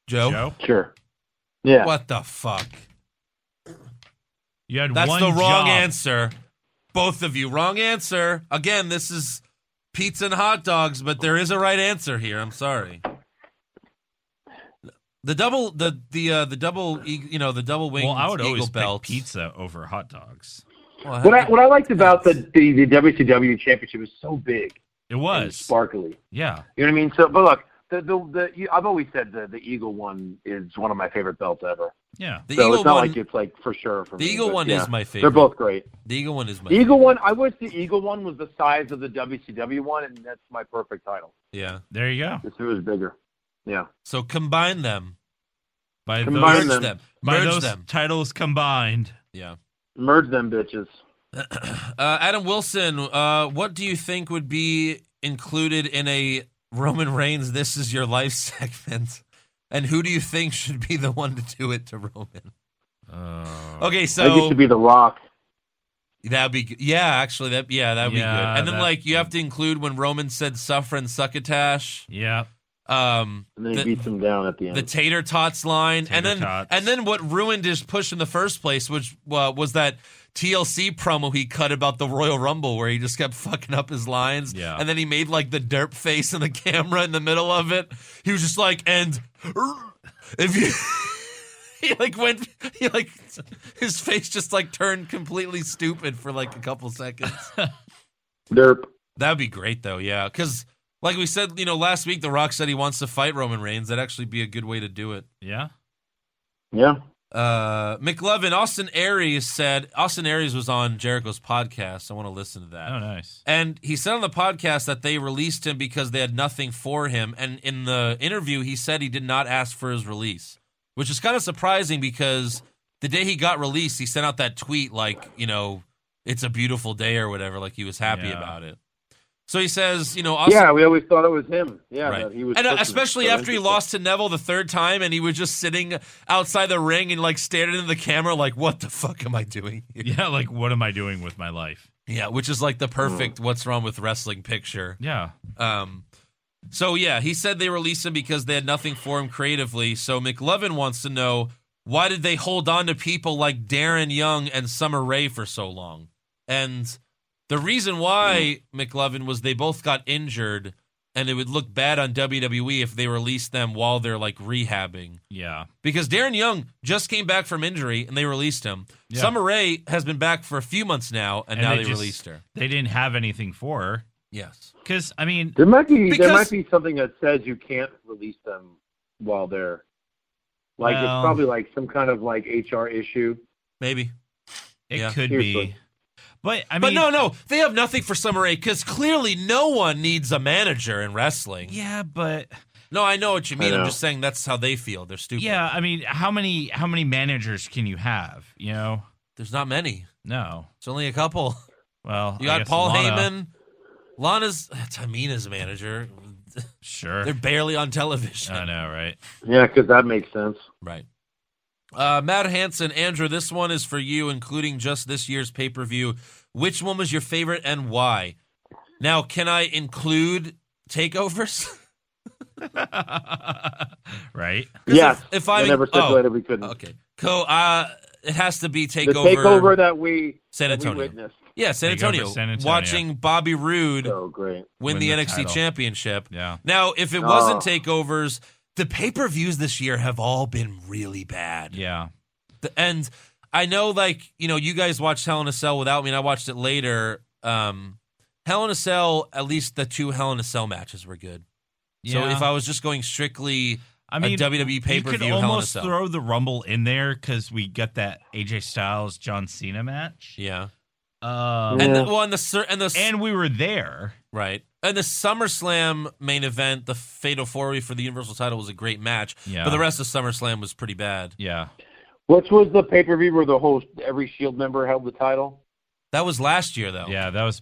A: Joe?
B: Joe,
G: Sure. Yeah.
A: What the fuck?
B: you had
A: That's
B: one
A: the wrong
B: job.
A: answer. Both of you, wrong answer. Again, this is pizza and hot dogs, but there is a right answer here. I'm sorry. The double, the the uh, the double, eag- you know, the double wing.
B: Well, I would
A: eagle
B: always
A: belt.
B: pick pizza over hot dogs.
A: Well,
G: What I what I liked about the the, the WCW championship is so big
B: It
G: and
B: was.
G: sparkly.
B: Yeah.
G: You know what I mean? So, but look, the the, the you, I've always said the the Eagle one is one of my favorite belts ever.
B: Yeah.
A: the
G: so
A: eagle
G: it's not
A: one.
G: like it's like for sure for
A: the
G: me,
A: eagle
G: but
A: one
G: yeah.
A: is my favorite.
G: They're both great.
A: The eagle one is my
G: The Eagle one, I wish the Eagle one was the size of the WCW one, and that's my perfect title.
A: Yeah.
B: There you go.
G: If it was bigger, yeah.
A: So combine them,
B: By
G: Combine
B: those,
A: merge
G: them.
A: them,
B: by
A: merge
B: those
A: them.
B: titles combined.
A: Yeah.
G: Merge them bitches.
A: Uh, Adam Wilson, uh, what do you think would be included in a Roman Reigns "This Is Your Life" segment? And who do you think should be the one to do it to Roman?
B: Oh.
A: okay,
G: I think it
A: so
G: should be The Rock.
A: that'd be good. yeah, actually that yeah that'd be
B: Yeah,
A: good. And then
B: that-
A: like you have to include when Roman said "suffer and succotash,"
B: Yeah.
A: um,
G: And then he
A: the-
G: beats him down at the end.
A: the tater tots line, and
B: Tater
A: then
B: tots.
A: and then what ruined his push in the first place, which uh, was that TLC promo he cut about the Royal Rumble, where he just kept fucking up his lines,
B: Yeah.
A: and then he made like the derp face in the camera in the middle of it. He was just like, and if you. He like went, he like, his face just like turned completely stupid for like a couple seconds.
G: Derp.
A: That'd be great though, yeah. Because like we said, you know, last week The Rock said he wants to fight Roman Reigns. That'd actually be a good way to do it.
B: Yeah.
G: Yeah.
A: Uh, McLovin, Austin Aries said, Austin Aries was on Jericho's podcast. I want to listen to that.
B: Oh, nice.
A: And he said on the podcast that they released him because they had nothing for him. And in the interview, he said he did not ask for his release, which is kind of surprising because the day he got released, he sent out that tweet like, you know, it's a beautiful day or whatever. Like he was happy
B: Yeah.
A: about it. So he says, you know, Austin
G: yeah, we always thought it was him. Yeah,
A: Right.
G: but he was.
A: and uh,
G: pushing it,
A: especially
G: so
A: after he
G: interesting.
A: lost to Neville the third time and he was just sitting outside the ring and like stared into the camera like, what the fuck am I doing here?
B: Yeah. Like, what am I doing with my life?
A: Yeah, which is like the
G: Hmm.
A: perfect what's wrong with wrestling picture.
B: Yeah.
A: Um, so yeah, he said they released him because they had nothing for him creatively. So McLovin wants to know why did they hold on to people like Darren Young and Summer Rae for so long? And the reason why McLovin was they both got injured, and it would look bad on WWE if they released them while they're like rehabbing
B: Yeah.
A: because Darren Young just came back from injury and they released him.
B: Yeah.
A: Summer Rae has been back for a few months now, and, now they,
B: just-
A: released her.
B: They didn't have anything for her.
A: Yes.
B: Because, I mean,
G: There might be there
A: Because-
G: might be something that says you can't release them while they're Like
B: Well-
G: it's probably like some kind of like HR issue.
A: Maybe.
B: It
A: Yeah.
B: could be.
G: Seriously.
B: But I mean,
A: but no, no, they have nothing for Summer 8 because clearly no one needs a manager in wrestling.
B: Yeah, but
A: No, I know what you mean. I'm
G: know.
A: just saying that's how they feel. They're stupid.
B: yeah, I mean, how many how many managers can you have? You know,
A: There's not many.
B: no.
A: It's only a couple.
B: Well,
A: You
B: I
A: got
B: guess
A: Paul
B: Lana-
A: Heyman. Lana's Tamina's manager.
B: Sure,
A: They're barely on television.
B: I know, right?
G: Yeah, because that makes sense.
A: Right. Uh, Matt Hansen, Andrew, this one is for you, including just this year's pay per view. Which one was your favorite and why? Now, can I include takeovers?
B: right?
G: Yes.
A: if I-
G: they never
A: oh,
G: stipulated we couldn't.
A: okay. Co, uh, it has to be
G: Mm-hmm. The
A: takeover.
G: takeover that we
A: San
G: that we
A: Antonio.
G: witnessed.
A: Yeah, San
B: Takeover
A: Antonio.
B: San Antonio.
A: Watching Bobby Roode
G: So great.
A: win,
B: Win
A: the,
B: the
A: NXT
B: title.
A: championship.
B: Yeah.
A: Now, if it
G: Oh.
A: wasn't takeovers, the pay per views this year have all been really bad.
B: Yeah.
A: the and I know like you know you guys watched Hell in a Cell without me and I watched it later. Um Hell in a Cell, at least the two Hell in a Cell matches were good. So
B: Yeah.
A: if I was just going strictly
B: I mean,
A: a WWE pay per
B: You could
A: view Hell in a
B: almost
A: Cell,
B: throw the Rumble in there because we got that AJ Styles John Cena match.
A: yeah,
B: Um,
A: and
B: and,
A: the, well, and the sur- and the s-
B: we were there.
A: right and the SummerSlam main event, the Fatal Four Way for the Universal Title was a great match,
B: Yeah.
A: but the rest of SummerSlam was pretty bad.
B: Yeah.
G: Which was the pay per view where the whole every Shield E member held the title?
A: That was last year though.
B: Yeah. That was.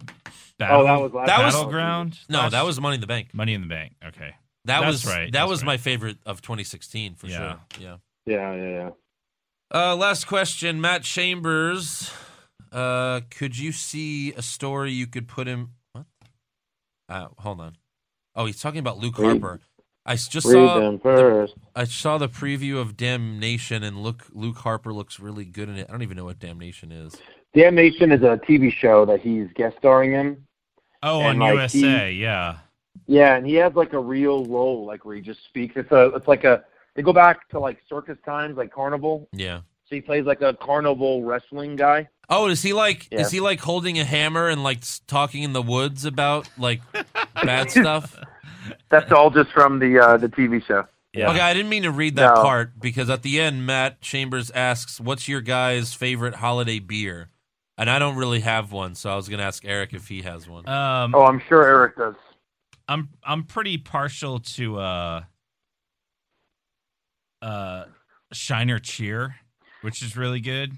G: Oh, that was last.
A: That was-
B: battleground.
A: no,
B: Last-
A: that was Money in the Bank.
B: Money in the Bank. Okay.
A: That
B: That's
A: was
B: right,
A: That
B: that's
A: was
B: right.
A: my favorite of 2016 for
B: Yeah.
A: sure. Yeah.
G: Yeah, yeah, yeah.
A: Uh, last question, Matt Chambers. Uh, could you see a story you could put him? What? Uh, hold on. Oh, he's talking about Luke
G: Read-
A: Harper. I s- just
G: Read
A: saw
G: them first.
A: I saw the preview of Damnation, and look, Luke Harper looks really good in it. I don't even know what Damnation is.
G: Damnation is a TV show that he's guest starring in.
B: Oh, on
G: And, like,
B: USA. yeah.
G: Yeah, and he has like a real role, like where he just speaks. It's a, it's like a. They go back to like circus times, like carnival.
A: Yeah.
G: So he plays like a carnival wrestling guy.
A: Oh, is he like
G: Yeah.
A: is he like holding a hammer and like s- talking in the woods about like bad stuff?
G: That's all just from the uh, the TV show.
B: Yeah.
A: Okay, I didn't mean to read that
G: No.
A: part because at the end, Matt Chambers asks, "What's your guy's favorite holiday beer?" And I don't really have one, so I was going to ask Eric if he has one.
B: Um,
G: Oh, I'm sure Eric does.
B: I'm I'm pretty partial to uh uh Shiner Cheer, which is really good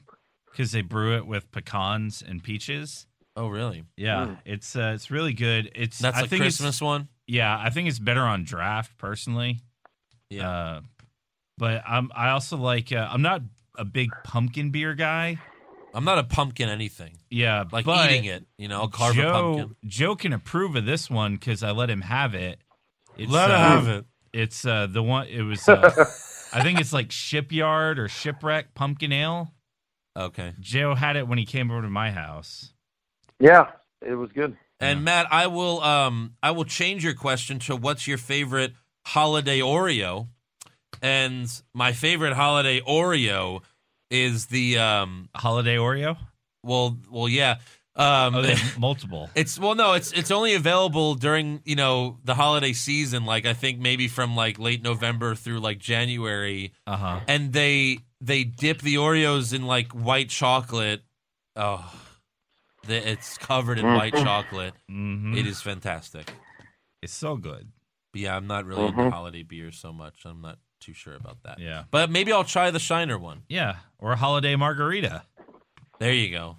B: because they brew it with pecans and peaches.
A: oh, really?
B: Yeah, it's uh, it's really good. It's
A: That's
B: I
A: a
B: think it's-
A: Christmas one.
B: Yeah, I think it's better on draft personally.
A: Yeah.
B: Uh, but I'm I also like uh, I'm not a big pumpkin beer guy.
A: I'm not a pumpkin anything.
B: Yeah,
A: Like
B: but
A: eating it, you know, I'll carve
B: Joe
A: a pumpkin.
B: Joe can approve of this one because I let him have it. It's, uh,
A: it.
B: It's uh the one it was uh, I think it's like Shipyard or Shipwreck Pumpkin Ale.
A: Okay.
B: Joe had it when he came over to my house.
G: Yeah, it was good.
A: And Matt, I will um I will change your question to what's your favorite holiday Oreo? And my favorite holiday Oreo is the um
B: Holiday Oreo?
A: well well yeah. Um
B: Oh, they have multiple.
A: It's well, no, it's it's only available during you know the holiday season. Like I think maybe from like late November through like January,
B: Uh-huh.
A: and they they dip the Oreos in like white chocolate. Oh, the, it's covered in white chocolate.
B: hmm
A: It is fantastic.
B: It's so good.
A: But yeah, I'm not really into holiday beers so much. I'm not too sure about that.
B: Yeah.
A: but maybe I'll try the Shiner one.
B: Yeah, or a holiday margarita.
A: There you go.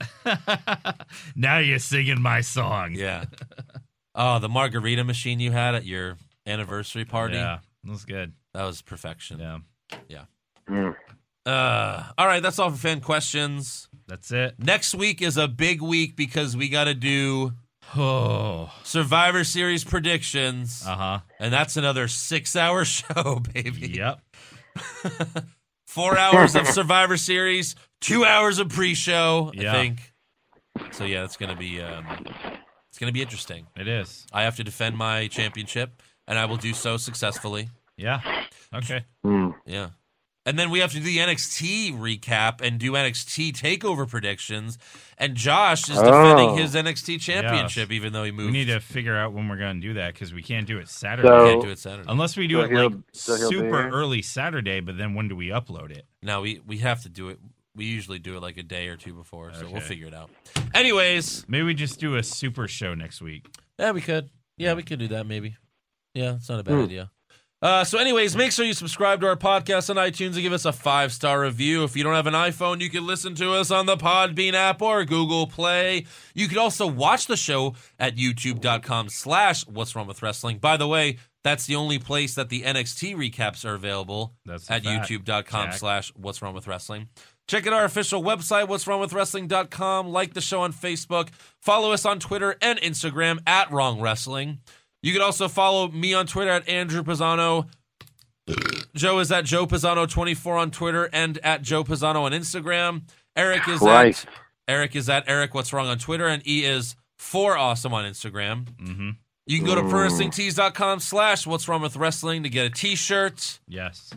B: now you're singing my song.
A: Yeah. oh, the margarita machine you had at your anniversary party.
B: Yeah, that was good.
A: That was perfection.
B: Yeah.
A: Uh, all right, that's all for fan questions.
B: That's it.
A: Next week is a big week because we got to do
B: Oh.
A: Survivor Series predictions,
B: Uh-huh.
A: and that's another six-hour show, baby.
B: Yep.
A: Four hours of Survivor Series, two hours of pre-show,
B: Yeah.
A: I think. So yeah, it's gonna be um, it's gonna be interesting.
B: It is.
A: I have to defend my championship, and I will do so successfully.
B: Yeah. Okay.
A: Yeah. And then we have to do the NXT recap and do NXT takeover predictions. And Josh is defending
G: Oh.
A: his NXT championship, even though he moved.
B: We need to figure out when we're going to do that because we can't do it Saturday.
G: So-
A: can't do it Saturday.
B: Unless we do
G: So
B: it
G: he'll-
B: like
G: so he'll be
B: super
G: here?
B: early Saturday, but then when do we upload it?
A: No, we we have to do it. We usually do it like a day or two before, so we'll
B: Okay.
A: figure it out. Anyways,
B: Maybe we just do a super show next week.
A: yeah, we could. Yeah, we could do that maybe. Yeah, it's not a bad idea. Uh, so, anyways, make sure you subscribe to our podcast on iTunes and give us a five star review. If you don't have an iPhone, you can listen to us on the Podbean app or Google Play. You can also watch the show at youtube.com slash what's wrong with wrestling. By the way, that's the only place that the NXT recaps are available
B: That's a
A: at
B: fact,
A: youtube.com
B: Jack.
A: slash what's wrong with wrestling. Check out our official website, what's wrong with wrestling.com. Like the show on Facebook. Follow us on Twitter and Instagram at wrong wrestling. You can also follow me on Twitter at Andrew Pisano. Joe is at Joe Pisano 24 on Twitter and at Joe Pisano on Instagram. Eric is
G: Christ.
A: at Eric is at Eric What's Wrong on Twitter and E is for awesome on Instagram.
B: Mm-hmm.
A: You can go to prowrestlingtees.com slash what's wrong with wrestling to get a t-shirt.
B: Yes.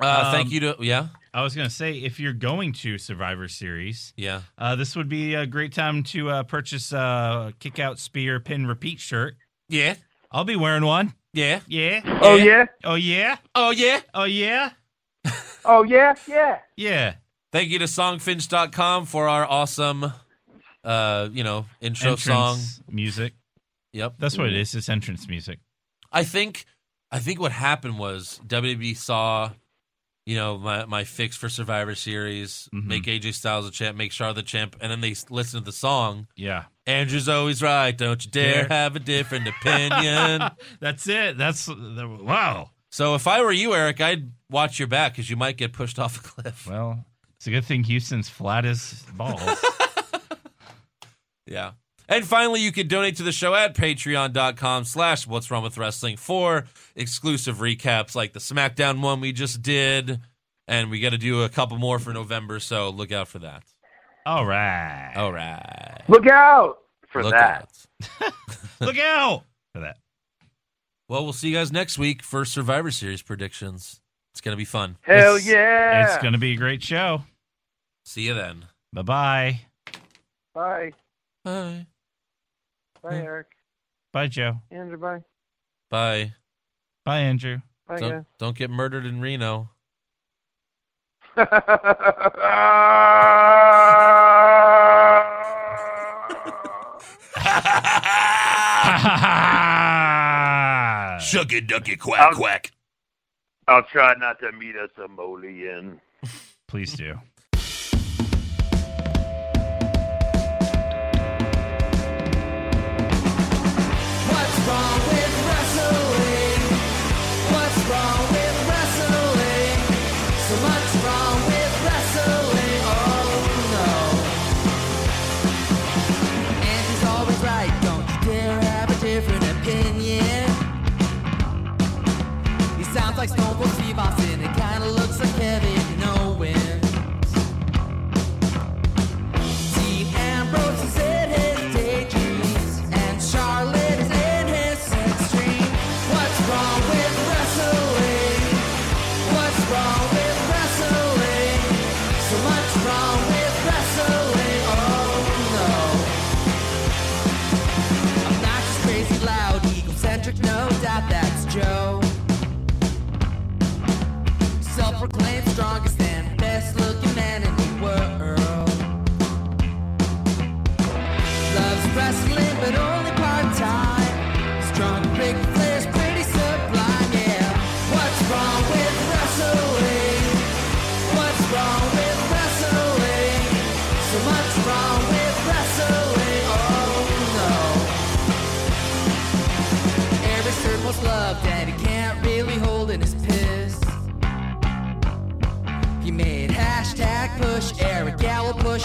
A: Uh,
B: Um,
A: thank you to yeah,
B: I was going to say if you're going to Survivor Series,
A: yeah.
B: uh, this would be a great time to uh, purchase a kick out spear pin repeat shirt.
A: Yeah.
B: I'll be wearing one.
A: Yeah.
B: Yeah.
G: Oh yeah.
B: Oh yeah.
A: Oh yeah.
B: Oh yeah.
G: Oh yeah. Yeah.
B: Yeah.
A: Thank you to songfinch.com for our awesome uh, you know, intro
B: entrance
A: song.
B: music.
A: Yep.
B: That's what it is. It's entrance music.
A: I think I think what happened was WWE saw, you know, my my fix for Survivor Series,
B: Mhm.
A: make AJ Styles a champ, make Charlotte the champ, and then they s- listened to the song.
B: Yeah.
A: Andrew's always right. Don't you dare
B: Dare.
A: have a different opinion.
B: That's it. That's the, wow.
A: so if I were you, Eric, I'd watch your back because you might get pushed off a cliff.
B: Well, it's a good thing Houston's flat as balls.
A: Yeah. And finally, you can donate to the show at patreon.com slash what's wrong with wrestling for exclusive recaps like the SmackDown one we just did. And we got to do a couple more for November, so look out for that.
B: All right.
A: All right.
G: Look out for
A: Look
G: that.
A: out.
B: Look out for that.
A: Well, we'll see you guys next week for Survivor Series predictions. It's going to be fun.
G: Hell
B: It's-
G: yeah.
B: It's going to be a great show.
A: See you then.
B: Bye bye.
G: Bye.
A: Bye.
G: Bye, Eric.
B: Bye, Joe.
G: Andrew, bye.
A: Bye.
B: Bye, Andrew.
G: Bye,
A: Don't, don't get murdered in Reno.
G: guys.
J: Ducky ducky
G: I'll-
J: quack quack.
G: I'll try not to meet a Somalian.
B: Please do.
C: What's wrong with wrestling? What's wrong with wrestling? So much wrong with wrestling. Oh no. And he's always right. Don't you dare have a different opinion. He sounds like Stone Cold Steve Austin. It kinda looks like Kevin Owens. Dean Ambrose is in his daydreams, and Charlotte is in his sex dream. What's wrong with wrestling? What's wrong with wrestling? So much wrong with wrestling. Oh no. Obnoxious, crazy, loud, egocentric, no doubt that's Joe. Self proclaimed strongest and best looking man in the world. Loves wrestling, but only part time. Strong big players, pretty sublime, yeah. What's wrong with wrestling? What's wrong with wrestling? So much wrong with wrestling, oh no. Every circle's love that he can't really hold in his piss. He made hashtag push Eric Gallo push